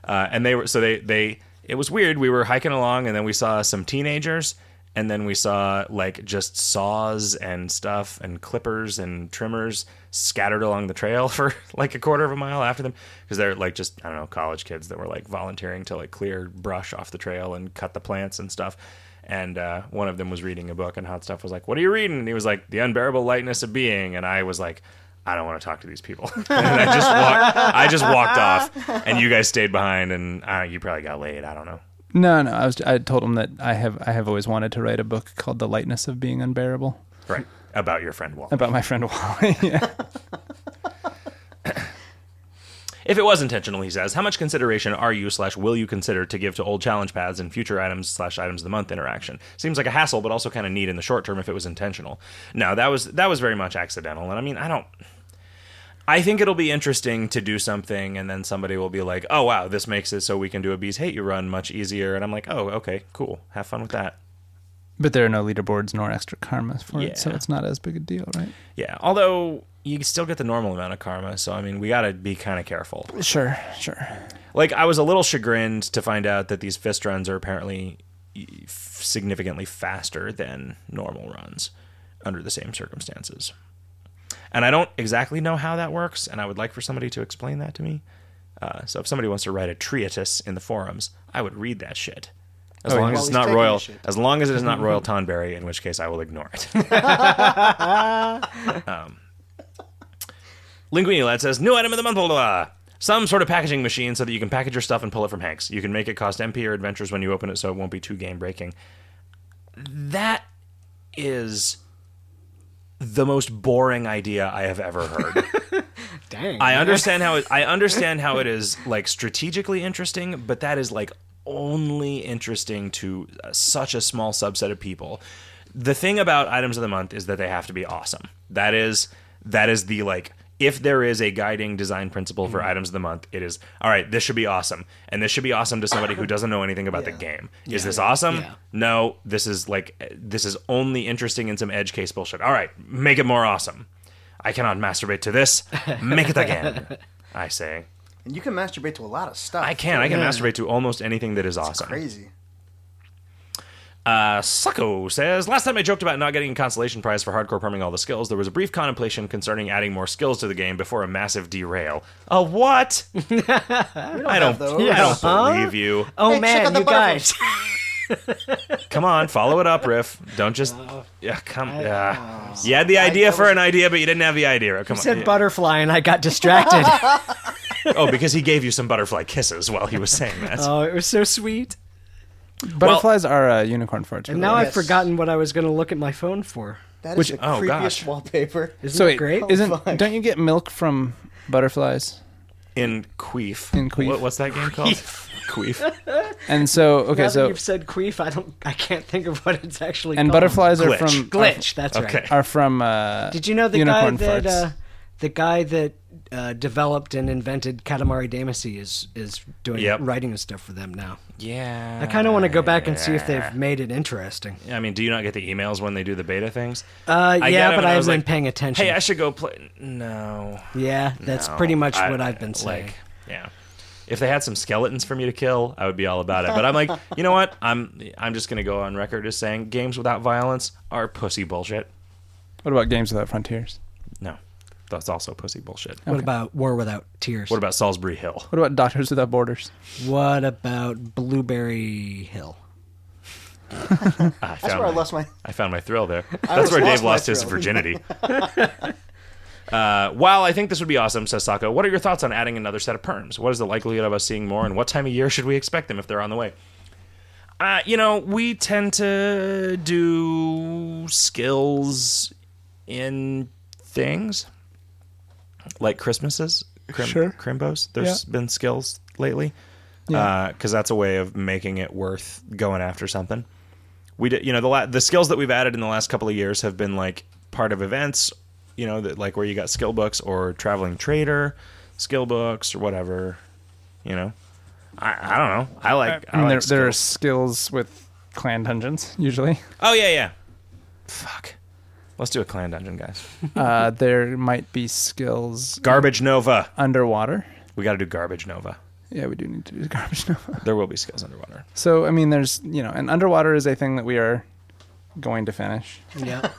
S1: uh, and they were so they they it was weird. We were hiking along, and then we saw some teenagers, and then we saw like just saws and stuff and clippers and trimmers scattered along the trail for like a quarter of a mile after them because they're like just I don't know college kids that were like volunteering to like clear brush off the trail and cut the plants and stuff. And uh, one of them was reading a book, and Hot Stuff was like, "What are you reading?" And he was like, "The Unbearable Lightness of Being," and I was like. I don't want to talk to these people. and I just walked. I just walked off, and you guys stayed behind, and uh, you probably got laid. I don't know.
S3: No, no. I was. I told him that I have. I have always wanted to write a book called "The Lightness of Being Unbearable"
S1: Right about your friend Walt.
S3: about my friend Wally. yeah.
S1: If it was intentional, he says, how much consideration are you slash will you consider to give to old challenge paths and future items slash items of the month interaction? Seems like a hassle, but also kind of neat in the short term if it was intentional. No, that was that was very much accidental, and I mean, I don't. I think it'll be interesting to do something, and then somebody will be like, "Oh wow, this makes it so we can do a bees hate you run much easier." And I'm like, "Oh okay, cool. Have fun with that."
S3: But there are no leaderboards nor extra karma for it, so
S1: Yeah.
S3: it's not as big a deal, right?
S1: Yeah. Although you still get the normal amount of karma, so I mean, we got to be kind of careful.
S3: Sure, sure.
S1: Like I was a little chagrined to find out that these fist runs are apparently y- f- significantly faster than normal runs under the same circumstances. And I don't exactly know how that works, and I would like for somebody to explain that to me. Uh, so if somebody wants to write a treatise in the forums, I would read that shit. As long as
S4: Oh, yeah. Well,
S1: it's
S4: he's
S1: not
S4: taking the
S1: royal,
S4: shit.
S1: as long as it is not royal Tonberry, in which case I will ignore it. um, Linguini lad says new item of the month. Blah, blah, blah. Some sort of packaging machine so that you can package your stuff and pull it from Hanks. You can make it cost MP or adventures when you open it, so it won't be too game breaking. That is the most boring idea I have ever heard.
S2: Dang.
S1: I understand how it, I understand how it is like strategically interesting, but that is like only interesting to uh, such a small subset of people. The thing about items of the month is that they have to be awesome. That is that is the like if there is a guiding design principle for items of the month, it is all right. This should be awesome, and this should be awesome to somebody who doesn't know anything about the game. Is this awesome? No. This is like uh, this is only interesting in some edge case bullshit. All right, make it more awesome. I cannot masturbate to this. Make it again. I say.
S4: And you can masturbate to a lot of stuff.
S1: I can. I can masturbate to almost anything that is awesome.
S4: Crazy.
S1: Uh, Sucko says, last time I joked about not getting a consolation prize for hardcore perming all the skills, there was a brief contemplation concerning adding more skills to the game before a massive derail. A what? I don't.
S4: those.
S1: I don't
S2: Huh?
S1: believe you.
S2: oh
S4: Hey, check
S2: man,
S4: out the
S2: you guys.
S1: Come on, follow it up, Riff. Don't just. Yeah, come. yeah. you had the idea for an idea, but you didn't have the idea. Oh, Come on.
S2: said
S1: Yeah.
S2: butterfly and I got distracted.
S1: oh, because he gave you some butterfly kisses while he was saying that.
S2: oh, it was so sweet.
S3: Butterflies are uh, unicorn farts.
S2: And now I've
S4: Yes.
S2: forgotten what I was going to look at my phone for.
S4: That is
S3: Which-
S4: the
S1: oh,
S4: creepiest
S1: gosh.
S4: wallpaper.
S2: Isn't
S3: so
S2: that
S3: wait,
S2: great? Oh,
S3: isn't
S4: fuck.
S3: don't you get milk from butterflies?
S1: In Queef.
S3: In Queef.
S1: What, what's that game called? Queef.
S3: And so okay,
S2: now that
S3: so
S2: you've said queef, I don't, I can't think of what it's actually
S3: and
S2: called.
S3: butterflies are
S1: Glitch.
S3: from
S2: glitch. That's
S1: Okay.
S2: right.
S3: Are, are from. Uh,
S2: Did you know the
S3: unicorn
S2: guy that
S3: farts.
S2: uh, the guy that uh, developed and invented Katamari Damacy is is doing
S1: Yep.
S2: writing and stuff for them now.
S1: Yeah.
S2: I
S3: Uh,
S2: kind of want to go back and see if they've made it interesting.
S1: I mean, do you not get the emails when they do the beta things?
S2: Uh,
S1: I
S2: yeah,
S1: get 'em
S2: but
S1: and I
S2: I haven't
S1: was
S2: been
S1: like,
S2: paying attention.
S1: Hey, I should go play. No.
S2: yeah, that's
S1: No.
S2: pretty much
S1: I-
S2: what I've been saying.
S1: Like, yeah. If they had some skeletons for me to kill, I would be all about it. But I'm like, you know what? I'm I'm just gonna go on record as saying games without violence are pussy bullshit.
S3: what about games without frontiers?
S1: No, that's also pussy bullshit.
S2: what about War Without Tears?
S1: What about Salisbury Hill?
S3: What about doctors without borders?
S2: What about Blueberry Hill?
S1: I found
S4: That's where I lost my.
S1: I found my thrill there. That's
S4: almost
S1: where Dave
S4: lost my
S1: lost his
S4: thrill.
S1: virginity. uh, while I think this would be awesome, says Sako, what are your thoughts on adding another set of perms? What is the likelihood of us seeing more, and what time of year should we expect them if they're on the way? Uh, you know, we tend to do skills in things like Christmases, crim-
S3: Sure.
S1: crimbos. There's been skills lately because that's a way of making it worth going after something. We did, you know, the la- the skills that we've added in the last couple of years have been like part of events, you know, that like where you got skill books or traveling trader skill books or whatever, you know. I, I don't know. I like. I
S3: I mean, there,
S1: like
S3: there are
S1: skills.
S3: skills with clan dungeons usually.
S1: Oh yeah, yeah. Fuck. Let's do a clan dungeon, guys.
S3: uh, there might be skills
S1: Garbage Nova.
S3: underwater.
S1: We got to do garbage Nova.
S3: Yeah, we do need to do garbage nova.
S1: There will be skills underwater.
S3: So I mean, there's you know, and underwater is a thing that we are going to finish.
S2: Yeah.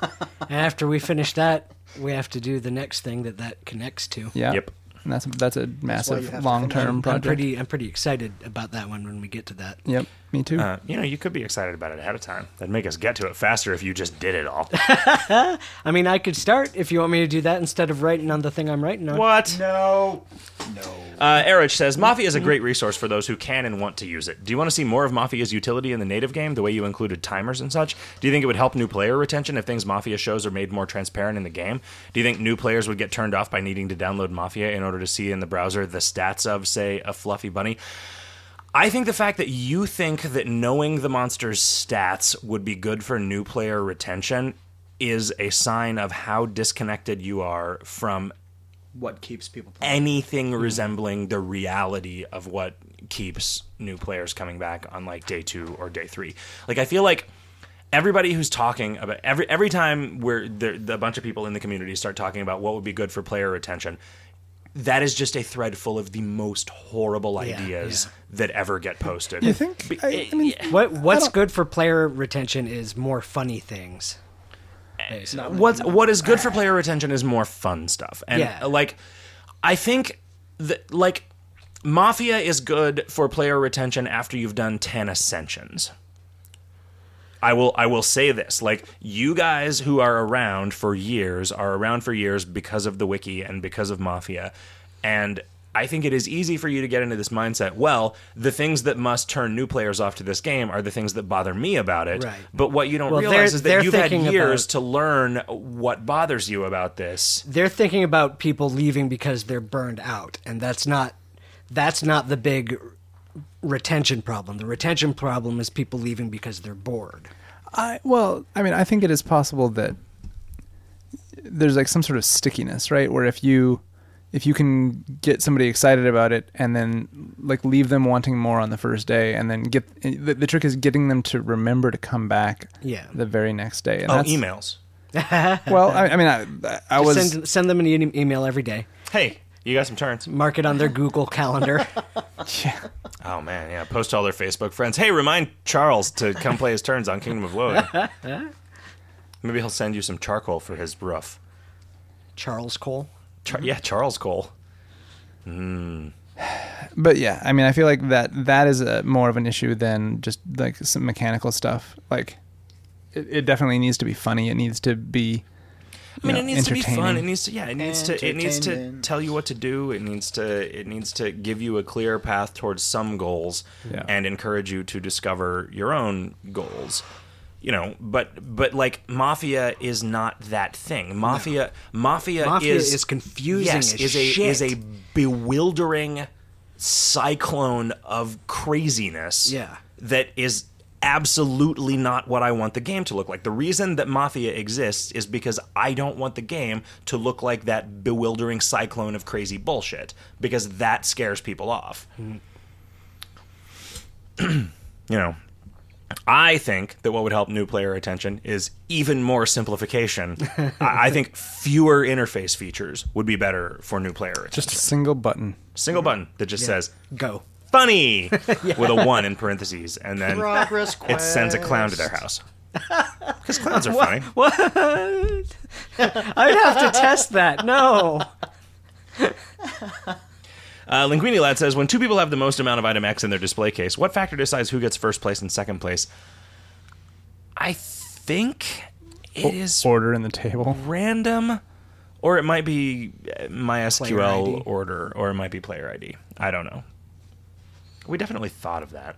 S2: and after we finish that, we have to do the next thing that that connects to.
S3: Yeah.
S1: Yep.
S3: And that's that's a
S4: you
S3: massive
S4: have to
S3: long term
S2: I'm
S3: project.
S2: pretty, I'm pretty excited about that one when we get to that.
S3: Yep. Me too.
S1: Uh, you know, you could be excited about it ahead of time. That'd make us get to it faster if you just did it all.
S2: I mean, I could start if you want me to do that instead of writing on the thing I'm writing on.
S1: what?
S4: No. No.
S1: Uh, Erich says Mafia is a great resource for those who can and want to use it. Do you want to see more of Mafia's utility in the native game, the way you included timers and such? Do you think it would help new player retention if things Mafia shows are made more transparent in the game? Do you think new players would get turned off by needing to download Mafia in order to see in the browser the stats of, say, a fluffy bunny? I think the fact that you think that knowing the monster's stats would be good for new player retention is a sign of how disconnected you are from
S4: what keeps people playing.
S1: anything resembling the reality of what keeps new players coming back on like day two or day three. Like I feel like everybody who's talking about every every time where there, the, a bunch of people in the community start talking about what would be good for player retention, that is just a thread full of the most horrible ideas that ever get posted.
S3: You think? I, I mean,
S2: What what's good for player retention is more funny things. basically.
S1: what's what is good for player retention is more fun stuff and uh,
S2: Yeah.
S1: like i think that like mafia is good for player retention after you've done 10 ascensions I will I will say this like you guys who are around for years are around for years because of the wiki and because of mafia and I think it is easy for you to get into this mindset well the things that must turn new players off to this game are the things that bother me about it
S2: Right.
S1: but what you don't
S2: Well,
S1: realize
S2: they're-
S1: is
S2: they're
S1: that you've had
S2: thinking
S1: years
S2: about-
S1: to learn what bothers you about this.
S2: They're thinking about people leaving because they're burned out, and that's not that's not the big retention problem. The retention problem is people leaving because they're bored.
S3: I well, I mean, I think it is possible that there's like some sort of stickiness, right? Where if you if you can get somebody excited about it and then like leave them wanting more on the first day and then get the, the trick is getting them to remember to come back
S2: Yeah.
S3: the very next day. And
S1: Oh,
S3: that's-
S1: emails.
S3: Well, I, I mean, I, I
S2: Just
S3: was
S2: send send them an e- email every day.
S1: Hey, you got some turns.
S2: Mark it on their Google Calendar.
S3: yeah,
S1: Oh man, yeah. Post to all their Facebook friends. Hey, remind Charles to come play his turns on Kingdom of Woe. Maybe he'll send you some charcoal for his roof.
S2: Charles Cole.
S1: Char- yeah, Charles Cole.
S3: but yeah, I mean, I feel like that that is a, more of an issue than just like some mechanical stuff. Like, it, it definitely needs to be funny. It needs to be.
S1: I mean,
S3: you
S1: it
S3: know,
S1: needs to be fun. It
S3: entertaining.
S1: needs to yeah. It needs to it needs to
S4: Entertainment.
S1: tell you what to do. It needs to it needs to give you a clear path towards some goals
S3: Yeah.
S1: and encourage you to discover your own goals. You know, but but like mafia is not that thing. Mafia mafia,
S2: Mafia
S1: is
S2: is confusing
S1: Yes,
S2: as
S1: is a
S2: shit.
S1: is a bewildering cyclone of craziness
S2: Yeah.
S1: that is absolutely not what I want the game to look like. The reason that Mafia exists is because I don't want the game to look like that bewildering cyclone of crazy bullshit because that scares people off. you know, I think that what would help new player attention is even more simplification. I, I think fewer interface features would be better for new player attention.
S3: Just a single button.
S2: Mm-hmm.
S1: single button that just says
S2: Go.
S1: funny with a one in parentheses and then
S4: Progress
S1: it sends a clown to their house because clowns are funny
S2: What? I'd have to test that. No.
S1: uh, linguini lad says when two people have the most amount of item x in their display case what factor decides who gets first place and second place i think it is
S3: order in the table.
S1: random or it might be uh,
S2: Player ID.
S1: mysql order or it might be player id i don't know we definitely thought of that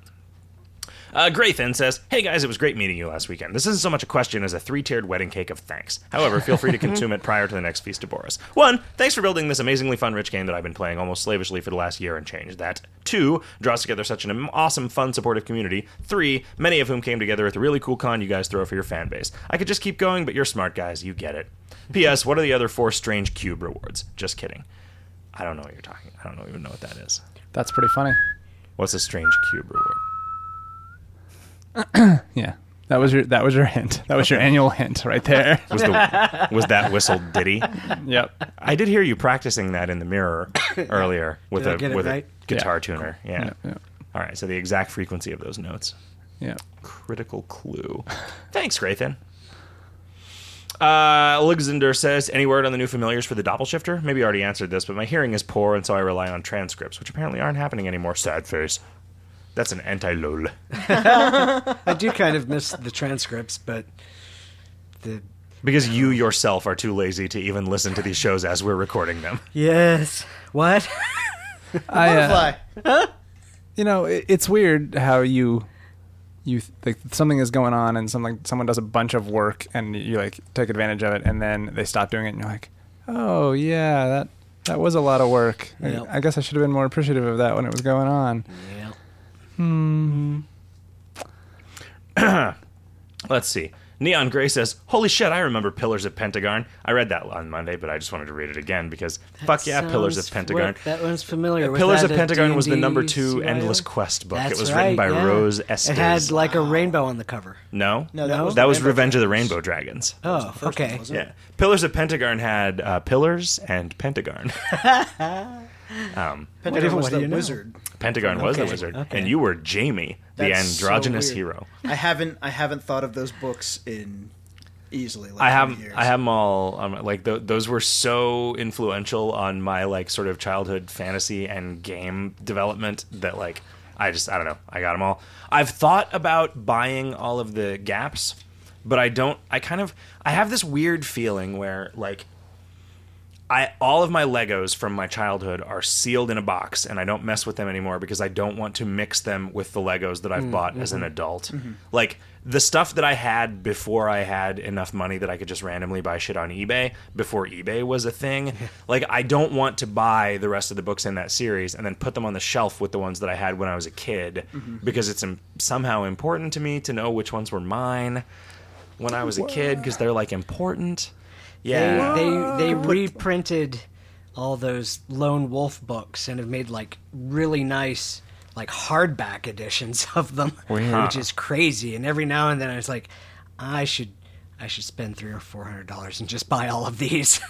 S1: Uh, Graythin says, Hey guys, it was great meeting you last weekend. This isn't so much a question as a three tiered wedding cake of thanks. However, feel free to consume it prior to the next Feast of Boris. One, thanks for building this amazingly fun, rich game that I've been playing almost slavishly for the last year and change. That, two, draws together such an awesome, fun, supportive community. Three, many of whom came together at the really cool con you guys throw for your fan base. I could just keep going, but you're smart guys. You get it. P.S. What are the other four strange cube rewards? Just kidding. I don't know what you're talking I don't even know what that is.
S3: That's pretty funny.
S1: What's a strange cube reward?
S3: Yeah. That was your that was your hint. That was your annual hint right there.
S1: Was, the, was that whistle ditty?
S3: yep.
S1: I did hear you practicing that in the mirror earlier with
S2: Did I
S1: a
S2: get it
S1: with
S2: right?
S1: a guitar
S3: Yeah.
S1: tuner. Yeah.
S3: Yep. Yep.
S1: All right. So the exact frequency of those notes.
S3: yep.
S1: Critical clue. Thanks, Graythin. Uh, Alexander says, any word on the new familiars for the doppelshifter? Maybe I already answered this, but my hearing is poor, and so I rely on transcripts, which apparently aren't happening anymore. Sad face. That's an anti-lol.
S2: I do kind of miss the transcripts, but the
S1: Because you yourself are too lazy to even listen to these shows as we're recording them.
S2: yes. What?
S3: I, uh,
S4: Butterfly.
S3: you know, it, it's weird how you you th- like something is going on and something someone does a bunch of work and you like take advantage of it and then they stop doing it and you're like, "Oh, yeah, that that was a lot of work. I-
S2: Yep.
S3: I, guess I should have been more appreciative of that when it was going on."
S2: Yeah.
S1: Let's see. Neon Gray says, "Holy shit! I remember Pillars of Pentagon. I read that on Monday, but I just wanted to read it again because fuck yeah, Pillars of
S2: Sounds
S1: Pentagon.
S2: familiar. That one's familiar. Was
S1: Pillars
S2: that uh,
S1: of
S2: a
S1: Pentagon was the
S2: D&D
S1: number two
S2: serial?
S1: Endless Quest book.
S2: That's
S1: it was
S2: right,
S1: written by
S2: yeah.
S1: Rose Estes.
S2: It had like a rainbow on the cover.
S1: no,
S4: No, that was
S1: that
S4: the
S1: was
S4: Rainbow
S1: Revenge of the Rainbow Dragons.
S2: Oh, okay.
S1: Yeah, Pillars of Pentagon had uh, pillars and Pentagon.
S4: Pentagon
S2: What-
S4: was
S2: what do
S4: the
S2: you know?
S4: wizard.
S1: Pentagon was the
S2: Okay,
S1: wizard,
S2: okay.
S1: and you were Jamie, the
S4: That's so
S1: androgynous
S4: weird.
S1: hero.
S4: I haven't I haven't thought of those books in easily. Like
S1: I
S4: 20
S1: have
S4: years.
S1: I have them all. Um, like th- those were so influential on my like sort of childhood fantasy and game development that like I just I don't know. I got them all. I've thought about buying all of the gaps, but I don't. I kind of I have this weird feeling where like I all of my Legos from my childhood are sealed in a box, and I don't mess with them anymore because I don't want to mix them with the Legos that I've bought as an adult. Like the stuff that I had before I had enough money that I could just randomly buy shit on eBay before eBay was a thing. Like I don't want to buy the rest of the books in that series and then put them on the shelf with the ones that I had when I was a kid because it's im- somehow important to me to know which ones were mine when I was a kid because they're like important. Yeah.
S2: They they, they reprinted all those Lone Wolf books and have made like really nice like hardback editions of them, which is crazy. And every now and then I was like, I should I should spend three or four hundred dollars and just buy all of these.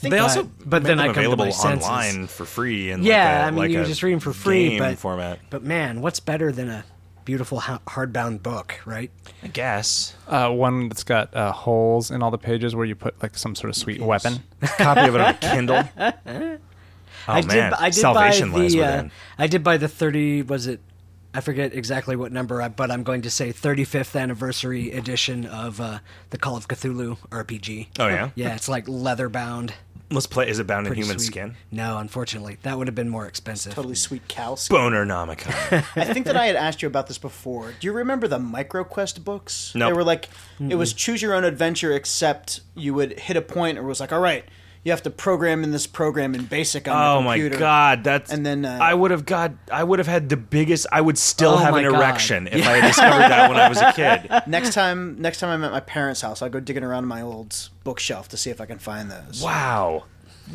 S1: They also,
S2: but- but
S1: made
S2: then
S1: them
S2: I come to
S1: available
S2: my senses.
S1: online for free. And
S2: yeah,
S1: like a,
S2: I mean
S1: like
S2: you
S1: a
S2: were just reading for free,
S1: game
S2: but
S1: format.
S2: But man, what's better than a beautiful ho- hardbound book, right?
S1: I guess
S3: Uh, one that's got uh, holes in all the pages where you put like some sort of sweet weapon. Copy of it on
S1: Kindle. Oh
S2: I
S1: man,
S2: did. I did
S1: salvation
S2: buy
S1: lies
S2: the. Uh,
S1: within.
S2: I did buy the thirty. Was it? I forget exactly what number, I- but I'm going to say 35th anniversary edition of uh, the Call of Cthulhu RPG.
S1: Oh yeah,
S2: Yeah, it's like leather bound.
S1: Let's play. Is it bound in
S2: Pretty
S1: human
S2: sweet.
S1: skin?
S2: No, unfortunately, that would have been more expensive.
S4: totally sweet cow. skin.
S1: Boner nomicon.
S4: I think that I had asked you about this before. Do you remember the MicroQuest books?
S1: Nope.
S4: They were like it was choose your own adventure, except you would hit a point where it was like, all right, you have to program in this program in BASIC on
S1: oh
S4: your
S1: my
S4: computer.
S1: god, that's.
S4: And then, uh,
S1: I would have got. I would have had the biggest. I would still
S2: Oh
S1: have
S2: my
S1: an
S2: God.
S1: erection if I had discovered that when I was a kid.
S4: Next time, next time I'm at my parents' house, I'll go digging around my old bookshelf to see if I can find those.
S1: Wow,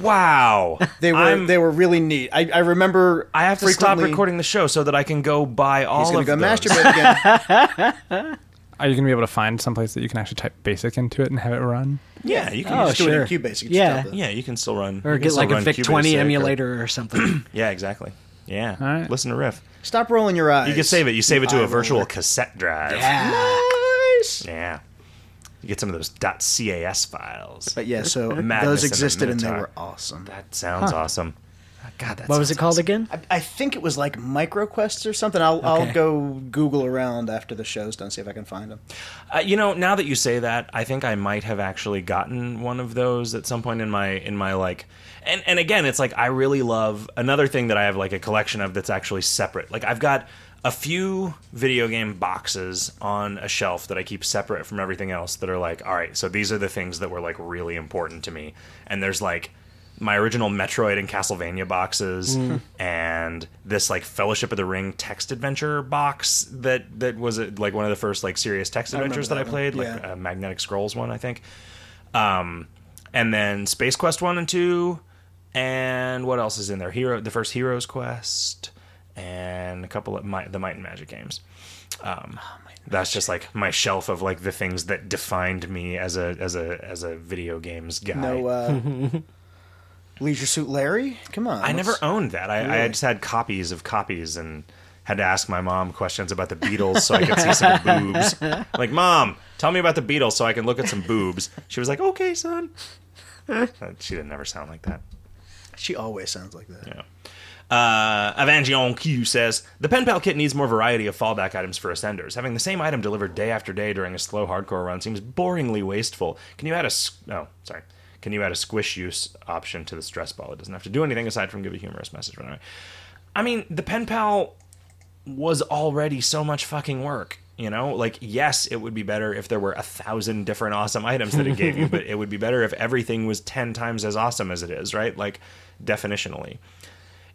S1: wow.
S4: They were
S1: I'm-
S4: they were really neat. I, I remember.
S1: I have to stop
S4: frequently-
S1: recording the show so that I can go buy all
S4: He's gonna
S1: of
S4: go
S1: those.
S4: masturbate again.
S3: Are you gonna be able to find someplace that you can actually type basic into it and have it run?
S1: Yeah, you can.
S2: Oh,
S4: Just do it in
S2: sure.
S4: QBasic.
S2: Yeah.
S4: Just
S1: Yeah, you can still run.
S2: or
S1: you can
S2: get
S1: still
S2: like a
S1: run uh,
S2: Vic
S1: QBasic
S2: 20
S1: or-
S2: emulator or something.
S1: Yeah, exactly. Yeah.
S3: right.
S1: Listen to riff.
S4: Stop rolling your eyes.
S1: You can save it. You save it to
S4: eye
S1: a virtual
S4: roller.
S1: cassette drive.
S2: yeah.
S4: Ah.
S1: Yeah. You get some of those .cas files.
S4: But yeah, so
S1: Madness
S4: those
S1: and the
S4: existed and they
S1: Minotaur.
S4: were awesome.
S1: that sounds awesome. God, that
S2: What was
S1: sounds
S2: it called
S1: awesome.
S2: again?
S4: I, I think it was like MicroQuest or something. I'll I'll
S2: Okay.
S4: go Google around after the show's done, see if I can find them.
S1: Uh, you know, now that you say that, I think I might have actually gotten one of those at some point in my in my like. And and again, it's like I really love another thing that I have like a collection of that's actually separate. Like I've got a few video game boxes on a shelf that I keep separate from everything else that are like, all right, so these are the things that were like really important to me. And there's like my original Metroid and Castlevania boxes, and this like Fellowship of the Ring text adventure box that that was uh, like one of the first like serious text adventures that, I
S4: remember that
S1: played,
S4: one.
S1: like
S4: Yeah.
S1: uh, Magnetic Scrolls one, I think. Um, and then Space Quest one and two, and what else is in there? Hero, the first Heroes Quest, and a couple of my, the Might and Magic games. Um,
S4: Ah,
S1: that's just like my shelf of like the things that defined me as a as a as a video games guy.
S4: No, uh, Leisure Suit Larry. Come on,
S1: I never
S4: let's-
S1: owned that. I, I just had copies of copies and had to ask my mom questions about the Beatles so I could see some boobs. Like, mom, tell me about the Beatles so I can look at some boobs. She was like, okay, son. Uh, She didn't ever sound like that.
S4: She always sounds like that.
S1: Yeah. Uh, Evangeon Q says the pen pal kit needs more variety of fallback items for ascenders. Having the same item delivered day after day during a slow hardcore run seems boringly wasteful. Can you add a s- oh sorry? Can you add a squish use option to the stress ball? It doesn't have to do anything aside from give a humorous message right away. I mean, the pen pal was already so much fucking work. You know, like yes, it would be better if there were a thousand different awesome items that it gave you, but it would be better if everything was ten times as awesome as it is, right? Like definitionally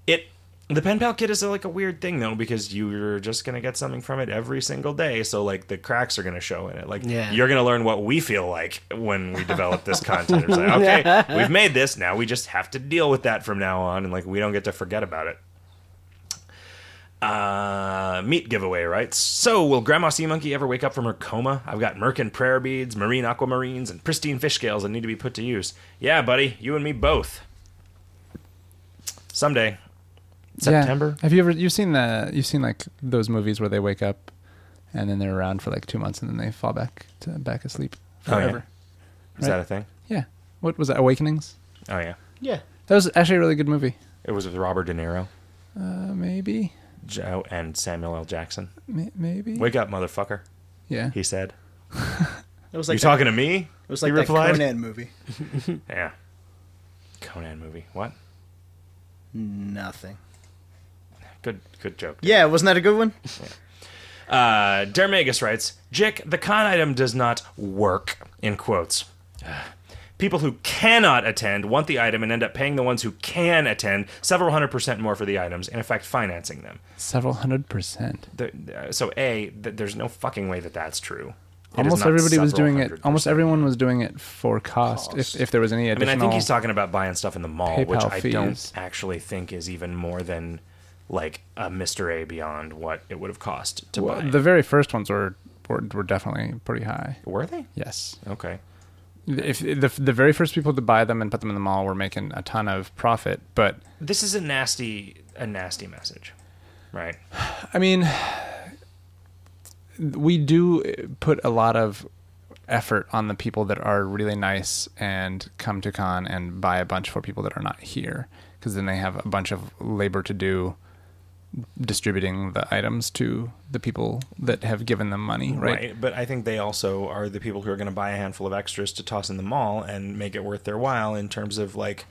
S1: it The pen pal kit is like a weird thing though because you're just gonna get something from it every single day, so like the cracks are gonna show in it. Like
S2: Yeah.
S1: you're gonna learn what we feel like when we develop this content. It's like okay, we've made this now. We just have to deal with that from now on, and like we don't get to forget about it. Uh, meat giveaway, right? So, will Grandma Sea Monkey ever wake up from her coma? I've got merkin prayer beads, marine aquamarines, and pristine fish scales that need to be put to use. Yeah, buddy, you and me both. Someday.
S3: Yeah.
S1: September?
S3: Have you ever you've seen the you've seen like those movies where they wake up and then they're around for like two months and then they fall back to back asleep
S1: Oh, yeah.
S3: forever.
S1: Is that a thing?
S3: yeah. What was that? Awakenings?
S1: Oh, yeah.
S4: Yeah.
S3: That was actually a really good movie.
S1: It was with Robert De Niro
S3: Uh, maybe.
S1: Joe, and Samuel L. Jackson.
S3: May- Maybe.
S1: Wake up, motherfucker,
S3: yeah.
S1: he said.
S4: It was like
S1: you
S4: that-
S1: talking to me?
S4: It was like
S1: he
S4: that
S1: replied.
S4: Conan movie.
S1: Yeah. Conan movie. What?
S4: Nothing.
S1: Good good joke.
S4: Yeah, wasn't that a good one?
S1: Uh, Dermagus writes, Jick, the con item does not work, in quotes. People who cannot attend want the item and end up paying the ones who can attend several hundred percent more for the items, in effect financing them.
S3: Several hundred percent.
S1: There- uh, so, A, th- there's no fucking way that that's true. It is
S3: Almost
S1: not
S3: everybody was
S1: several
S3: doing it.
S1: hundred
S3: Almost everyone was doing it for cost. If, if there was any
S1: I mean,
S3: additional.
S1: I think he's talking about buying stuff in the mall, which
S3: PayPal
S1: I
S3: fees.
S1: don't actually think is even more than like a Mr. A beyond what it would have cost to
S3: Well,
S1: buy.
S3: the very first ones were, were were definitely pretty high.
S1: Were they?
S3: Yes.
S1: Okay.
S3: If the the very first people to buy them and put them in the mall were making a ton of profit, but
S1: This is a nasty, a nasty message, right?
S3: I mean, we do put a lot of effort on the people that are really nice and come to con and buy a bunch for people that are not here because then they have a bunch of labor to do distributing the items to the people that have given them money
S1: right?
S3: right,
S1: But I think they also are the people who are going to buy a handful of extras to toss in the mall and make it worth their while in terms of like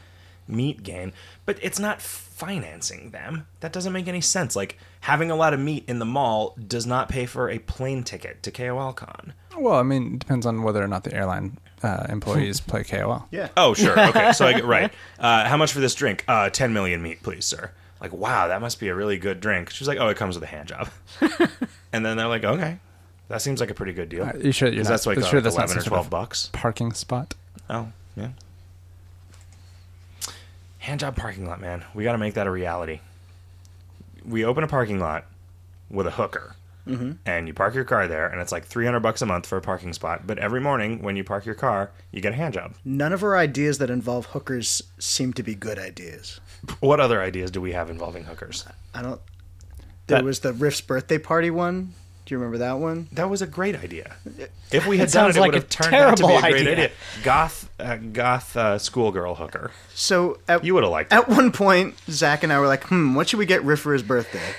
S1: meat gain. But it's not financing them. That doesn't make any sense. Like having a lot of meat in the mall does not pay for a plane ticket to KOLCon.
S3: well i mean it depends on whether or not the airline uh, employees
S1: Hmm.
S3: play kol
S4: Yeah.
S1: Oh, sure. Okay. So I get right. Uh, how much for this drink? Uh, 10 million meat, please, sir. Like, wow, that must be a really good drink. She's like, oh, it comes with a hand job. and then they're like, okay, that seems like a pretty good deal.
S3: Are you sure you're
S1: 'Cause
S3: not-
S1: that's like,
S3: you're
S1: uh,
S3: sure
S1: like
S3: that's
S1: 11
S3: not
S1: or
S3: some sort
S1: 12
S3: of-
S1: bucks.
S3: parking spot
S1: Oh, yeah. Hand job parking lot, man. We got to make that a reality. We open a parking lot with a hooker,
S3: Mm-hmm.
S1: and you park your car there, and it's like 300 bucks a month for a parking spot. But every morning when you park your car, you get a hand job.
S4: None of our ideas that involve hookers seem to be good ideas.
S1: What other ideas do we have involving hookers?
S4: I don't. There
S3: That-
S4: was the Riff's birthday party one. Do you remember that one?
S1: That was a great idea. If we had
S2: That
S1: done
S2: sounds
S1: it, it
S2: like
S1: would
S2: a
S1: have turned out to be a
S2: terrible
S1: great idea.
S2: idea.
S1: Goth, uh, goth uh, schoolgirl hooker.
S4: So at,
S1: You would have liked it.
S4: at one point, Zach and I were like, "Hmm, what should we get Riff for his birthday?"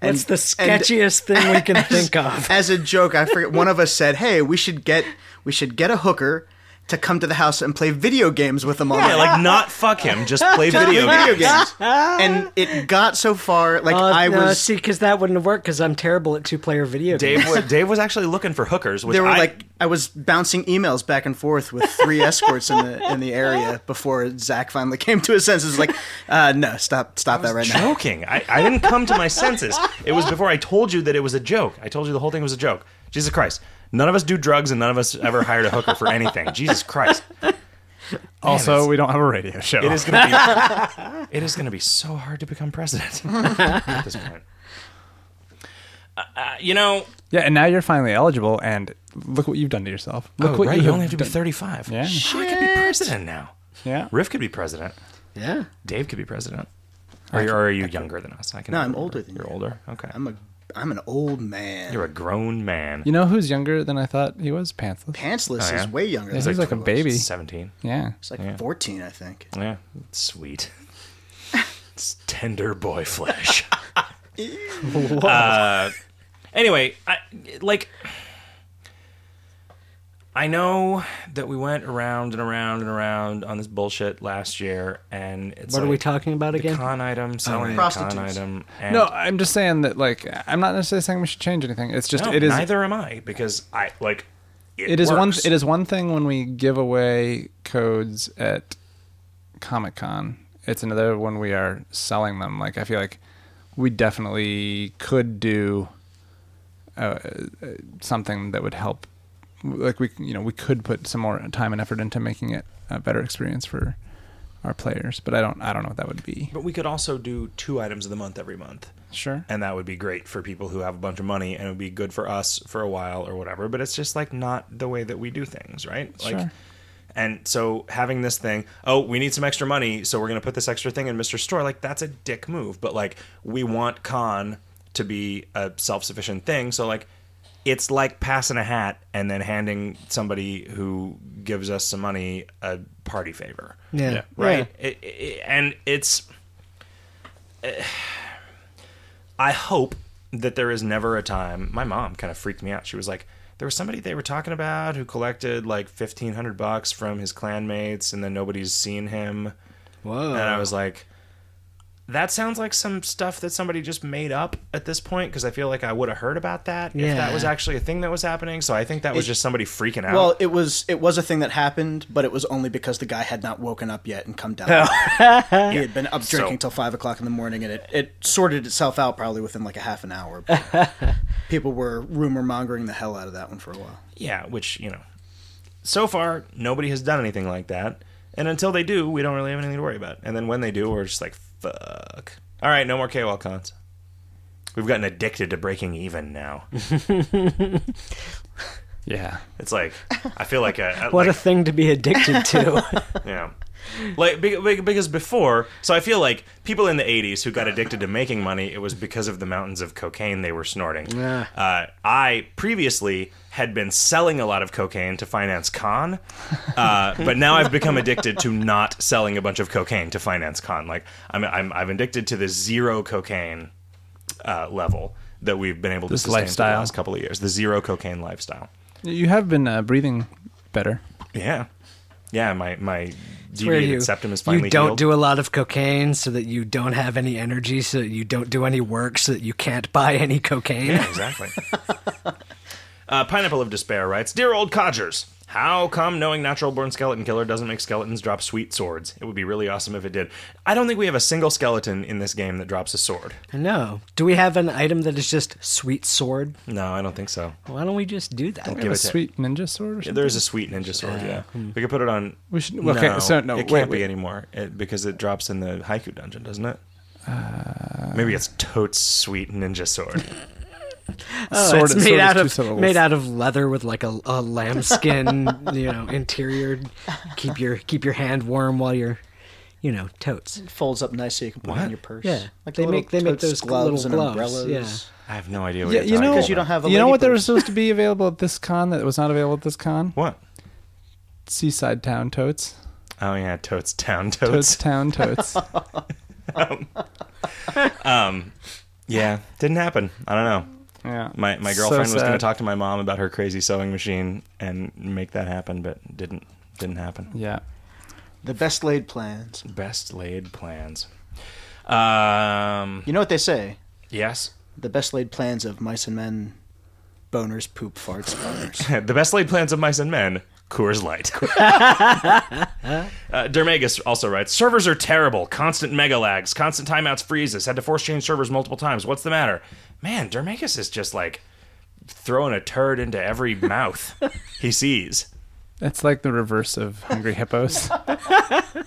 S2: That's the
S4: and-
S2: sketchiest thing we can think of.
S4: As a joke, I forget. One of us said, "Hey, we should get we should get a hooker to come to the house and play video games with them all
S1: Yeah,
S4: night."
S1: like not fuck him, just play video
S4: Play video
S1: games.
S4: games, and it got so far. Like
S2: Uh,
S4: I
S2: no,
S4: was
S2: see, because that wouldn't have worked because I'm terrible at two-player video games.
S1: Dave, wa- Dave was actually looking for hookers, which
S4: there were
S1: I,
S4: like I was bouncing emails back and forth with three escorts in the in the area before Zach finally came to his senses. Like, uh, no, stop, stop that right now.
S1: joking. I, I didn't come to my senses. It was before I told you that it was a joke. I told you the whole thing was a joke. Jesus Christ. None of us do drugs and none of us ever hired a hooker for anything. Jesus Christ.
S3: also we don't have a radio show
S1: It is going to be it is going to be so hard to become president at this point. Uh, uh, you know,
S3: yeah and now you're finally eligible and look what you've done to yourself look
S1: oh,
S3: what
S1: right,
S3: you,
S1: you,
S3: have
S1: only have to be
S3: done.
S1: 35.
S3: Yeah.
S1: Shit. I could be president now.
S3: yeah
S1: Riff could be president.
S2: yeah.
S1: Dave could be president. Or, you- or are you younger than us? I can
S4: No, I'm older than
S1: You're
S4: you.
S1: older? Okay.
S4: I'm a I'm an old man.
S1: You're a grown man.
S3: You know who's younger than I thought he was? Pantsless.
S4: Pantsless
S1: Oh, yeah?
S4: is way younger.
S3: Yeah,
S4: than
S3: he's
S4: I
S3: like a
S4: was.
S3: baby.
S1: 17.
S3: Yeah.
S4: He's like
S1: Yeah.
S4: 14, I think.
S1: Yeah, sweet. it's tender boy flesh. Uh, anyway, I, like, I know that we went around and around and around on this bullshit last year, and it's
S2: What are
S1: like
S2: we talking about
S1: the
S2: again?
S1: con
S3: Oh,
S1: item, selling the con
S4: Prostitutes.
S1: item. And
S3: No, I'm just saying that like I'm not necessarily saying we should change anything. It's just
S1: no,
S3: it is
S1: neither am I because I like it,
S3: it is one
S1: works.
S3: it is one thing when we give away codes at Comic Con. It's another when we are selling them. Like I feel like we definitely could do uh, uh, something that would help. Like we, you know, we could put some more time and effort into making it a better experience for our players. But I don't, I don't know what that would be.
S1: But we could also do two items of the month every month.
S3: Sure.
S1: And that would be great for people who have a bunch of money and it would be good for us for a while or whatever. But it's just like not the way that we do things, right? Like
S3: Sure.
S1: and so having this thing, oh, we need some extra money, so we're gonna put this extra thing in Mr. Store, like that's a dick move. But like we want con to be a self sufficient thing, so like it's like passing a hat and then handing somebody who gives us some money a party favor
S2: Yeah.
S3: Yeah.
S1: right? It, it, and it's. I hope that there is never a time. My mom kind of freaked me out. She was like, there was somebody they were talking about who collected like fifteen hundred bucks from his clanmates, and then nobody's seen him.
S2: Whoa.
S1: And I was like, that sounds like some stuff that somebody just made up at this point because I feel like I would have heard about that if that
S2: Yeah.
S1: was actually a thing that was happening. So I think that was
S4: It-
S1: just somebody freaking out.
S4: Well, it was it was a thing that happened, but it was only because the guy had not woken up yet and come down.
S1: Oh.
S4: he had been up drinking till five o'clock in the morning, and it, it sorted itself out probably within like a half an hour. But people were rumor mongering the hell out of that one for a while.
S1: Yeah, which, you know, so far, nobody has done anything like that. And until they do, we don't really have anything to worry about. And then when they do, we're just like, fuck. All right, no more KOL cons. We've gotten addicted to breaking even now.
S3: Yeah.
S1: It's like, I feel like a. a
S2: what
S1: like,
S2: a thing to be addicted to.
S1: Yeah. Like be- be- because before, so I feel like people in the '80s who got addicted to making money, it was because of the mountains of cocaine they were snorting.
S2: Yeah.
S1: Uh, I previously had been selling a lot of cocaine to finance con, uh, but now I've become addicted to not selling a bunch of cocaine to finance con. Like I'm, I'm, I'm addicted to the zero cocaine uh, level that we've been able to
S3: This
S1: sustain for the
S3: lifestyle.
S1: last couple of years. The zero cocaine lifestyle.
S3: You have been uh, breathing better.
S1: Yeah. Yeah, my my
S2: Where
S1: deviated
S2: you,
S1: septum is finally
S2: you don't
S1: healed.
S2: do a lot of cocaine so that you don't have any energy, so that you don't do any work, so that you can't buy any cocaine.
S1: Yeah, exactly. uh, Pineapple of Despair writes Dear old codgers, how come knowing natural born skeleton killer doesn't make skeletons drop sweet swords? It would be really awesome if it did. I don't think we have a single skeleton in this game that drops a sword.
S2: I know. Do we have an item that is just sweet sword?
S1: No, I don't think so.
S2: Why don't we just do that?
S1: Give
S3: a
S1: it to-
S3: sweet ninja sword. Or something?
S1: There is a sweet ninja sword, yeah. We could put it on.
S3: Hmm. We should- okay, so no,
S1: it
S3: wait,
S1: can't
S3: wait.
S1: be anymore it, because it drops in the haiku dungeon, doesn't it?
S3: Uh,
S1: Maybe it's totes sweet ninja sword.
S2: Oh,
S3: Sword-
S2: it's
S3: sword
S2: made
S3: is
S2: out
S3: two
S2: of
S3: syllables.
S2: made out of leather with like a, a lambskin, you know, interior. Keep your keep your hand warm while you're, you know, totes.
S4: folds up nice so you can put it
S1: What?
S4: in your purse.
S2: Yeah.
S4: like
S2: They
S4: the little
S2: make- they make
S4: totes
S2: those
S4: gloves
S2: little
S4: and
S2: gloves,
S4: umbrellas.
S1: I have no idea what
S3: Yeah,
S1: you're
S3: you
S1: talking
S3: know,
S1: about.
S4: Because you don't have a
S3: you know
S4: lady
S3: what there was
S4: purse.
S3: supposed to be available at this con that was not available at this con?
S1: What?
S3: Seaside Town Totes.
S1: Oh, yeah, totes town
S3: Totes
S1: totes.
S3: Town Totes.
S1: Yeah, didn't happen. I don't know.
S3: yeah.
S1: My my
S3: So
S1: girlfriend was going to
S3: sad.
S1: talk to my mom about her crazy sewing machine and make that happen, but didn't didn't happen.
S3: Yeah.
S4: The best laid plans.
S1: Best laid plans. Um.
S4: You know what they say?
S1: Yes.
S4: The best laid plans of mice and men, boners, poop, farts, boners.
S1: the best laid plans of mice and men. Coors Light. uh, Dermagus also writes Servers are terrible. Constant mega lags, constant timeouts, freezes. Had to force change servers multiple times. What's the matter? Man, Dermagus is just like throwing a turd into every mouth he sees.
S3: It's like the reverse of Hungry Hippos. It's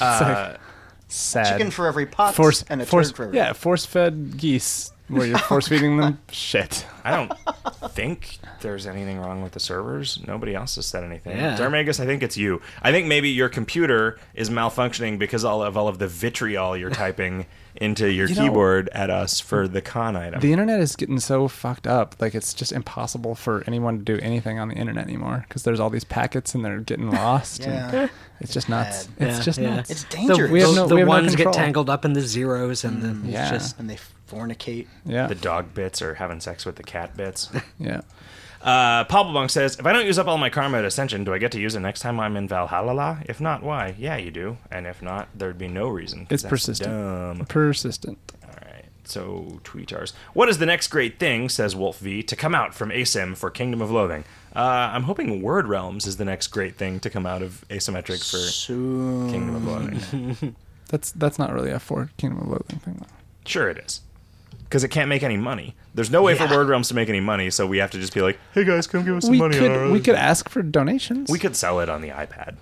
S3: like sad.
S4: Chicken for every pot
S3: force
S4: and a
S3: force
S4: turd for every.
S3: yeah force fed geese where you're force feeding them shit.
S1: I don't think there's anything wrong with the servers. Nobody else has said anything.
S2: Yeah.
S1: Dermagus, I think it's you. I think maybe your computer is malfunctioning because all of all of the vitriol you're typing into your
S3: You know-
S1: keyboard at us for the con item.
S3: The internet is getting so fucked up. Like it's just impossible for anyone to do anything on the internet anymore because there's all these packets and they're getting lost.
S4: Yeah.
S3: and it's just nuts.
S4: bad.
S3: It's
S2: Yeah,
S3: just
S2: yeah.
S3: nuts.
S4: It's dangerous.
S3: we have
S2: Those-
S3: no-
S2: the
S3: we have no
S2: ones get
S3: control. Mm,
S2: tangled up in the zeros, and then it's
S3: yeah.
S2: just
S4: and they fornicate.
S3: yeah,
S1: the dog bits or having sex with the cat bits.
S3: yeah.
S1: Uh, Pobblebonk says, if I don't use up all my karma at Ascension, do I get to use it next time I'm in Valhalla? If not, why? Yeah, you do. And if not, there'd be no reason. 'cause
S3: It's
S1: that's
S3: persistent.
S1: dumb.
S3: Persistent.
S1: All right. So tweeters. What is the next great thing, says Wolf V, to come out from ASIM for Kingdom of Loathing? Uh, I'm hoping Word Realms is the next great thing to come out of Asymmetric for
S4: Soon.
S1: Kingdom of Loathing.
S3: That's that's not really a for Kingdom of Loathing thing. Though.
S1: Sure, it is. Because it can't make any money. There's no way for Word Realms to make any money, so we have to just be like, hey guys, come give us some
S3: We
S1: money. on our
S3: could we
S1: other-
S3: could ask for donations.
S1: we could sell it on the iPad,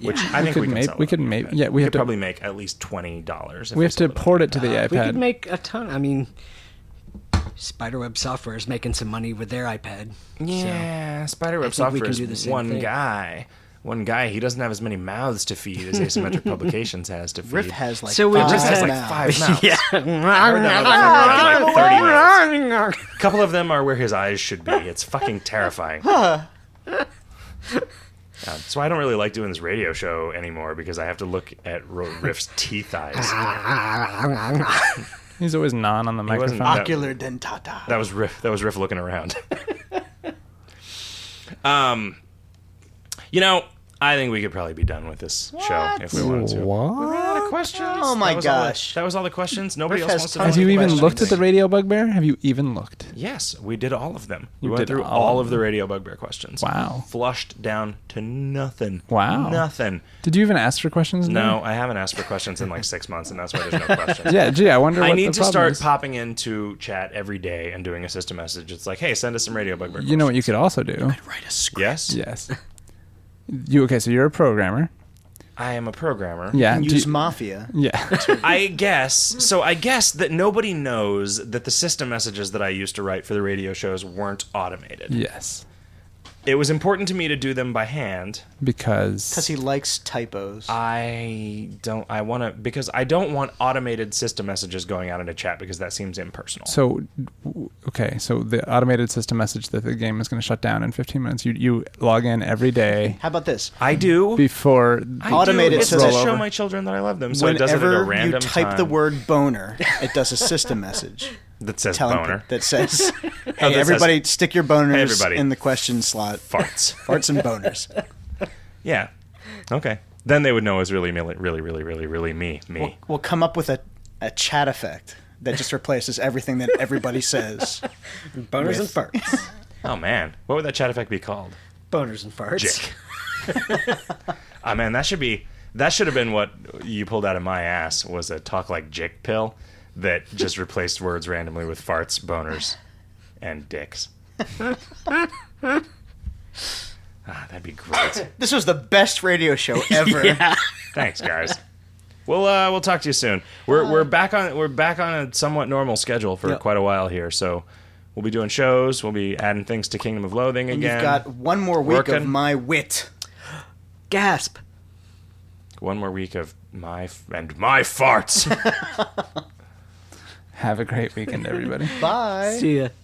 S1: which I
S3: We
S1: think
S3: could
S1: we can
S3: maybe-
S1: sell.
S3: we
S1: it
S3: could
S1: on the
S3: maybe-
S1: iPad.
S3: yeah, we have
S1: could
S3: to-
S1: probably make at least twenty dollars.
S3: We have to port it to the
S2: We could
S3: iPad.
S2: make a ton. I mean, Spiderweb Software is making some money with their iPad.
S1: Yeah,
S2: I
S1: Spiderweb
S2: think we
S1: Software
S2: can
S1: is
S2: do the same
S1: one
S2: thing.
S1: guy. One guy. He doesn't have as many mouths to feed as Asymmetric Publications has to feed.
S4: Riff has like
S2: So we-
S4: five
S1: Riff has like
S4: now.
S1: five mouths. A
S2: So.
S1: couple of them are where his eyes should be. It's fucking terrifying. Yeah, that's why I don't really like doing this radio show anymore because I have to look at Ro- Riff's teeth eyes.
S3: He's always non on the
S1: wasn't
S3: microphone.
S1: that-
S4: ocular dentata.
S1: That was Riff. That was Riff looking around. um, you know, I think we could probably be done with this show if we wanted to.
S3: What?
S1: Out of questions.
S4: Oh my
S1: That was all the-
S4: gosh.
S1: that was all the questions. Nobody
S4: Riff
S1: else
S4: has
S1: wants to.
S4: tons
S1: know
S3: Have
S4: of
S3: you
S1: the
S3: even
S1: questions.
S3: looked at the Radio Bugbear? Have you even looked?
S1: Yes, we did all of them. We
S3: You
S1: went
S3: did
S1: through
S3: all
S1: all
S3: of
S1: of the Radio Bugbear questions.
S3: Wow.
S1: Flushed down to nothing.
S3: Wow. Mm-hmm.
S1: Nothing.
S3: Did you even ask for questions?
S1: No, I haven't asked for questions in like six months, and that's why there's no questions.
S3: Yeah, gee, I wonder. What
S1: I
S3: the
S1: need to
S3: problem
S1: start
S3: is.
S1: popping into chat every day and doing a system message. It's like, hey, send us some Radio Bugbear.
S3: You know what you could also do?
S4: Write a script.
S1: Yes.
S3: Yes. You okay? So you're a programmer.
S1: I am a programmer.
S3: Yeah.
S4: And
S3: do
S4: use
S3: you-
S4: mafia.
S3: yeah.
S1: I guess so. I guess that nobody knows that the system messages that I used to write for the radio shows weren't automated.
S3: yes.
S1: It was important to me to do them by hand.
S3: Because
S4: Because he likes typos.
S1: Uh, I don't. I want to because I don't want automated system messages going out into chat because that seems impersonal.
S3: so w- okay, so the automated system message that the game is going to shut down in 15 minutes. You you log in every day
S4: How about this?
S1: I do.
S3: before.
S1: I
S4: automated
S1: do. It's to
S4: system-
S1: show my children that I love them. So it does it at a
S4: Whenever you
S1: random
S4: type
S1: time
S4: the word boner, it does a system message
S1: that says
S4: telling
S1: boner Oh,
S4: that says, "Hey,
S1: says-
S4: everybody, stick your boners
S1: Hey, everybody.
S4: in the question slot."
S1: farts.
S4: Farts and boners.
S1: yeah. Okay. Then they would know it was really, really, really, really, really, really me. Me.
S4: We'll, we'll come up with a, a chat effect that just replaces everything that everybody says.
S2: Boners and farts.
S1: oh man, what would that chat effect be called?
S2: Boners and farts.
S1: Dick. Ah man, that should be that should have been what you pulled out of my ass was a talk like Jick pill that just replaced words randomly with farts, boners, and dicks. ah, that'd be great.
S4: This was the best radio show ever.
S1: Thanks, guys. We'll uh, we'll talk to you soon. We're we're back on we're back on a somewhat normal schedule for
S4: Uh, Yep.
S1: quite a while here, so we'll be doing shows. We'll be adding things to Kingdom of Loathing again.
S4: You've got one more week of
S1: Working.
S4: my wit.
S2: Gasp.
S1: one more week of my f- and my farts.
S3: Have a great weekend, everybody.
S4: Bye.
S2: See ya.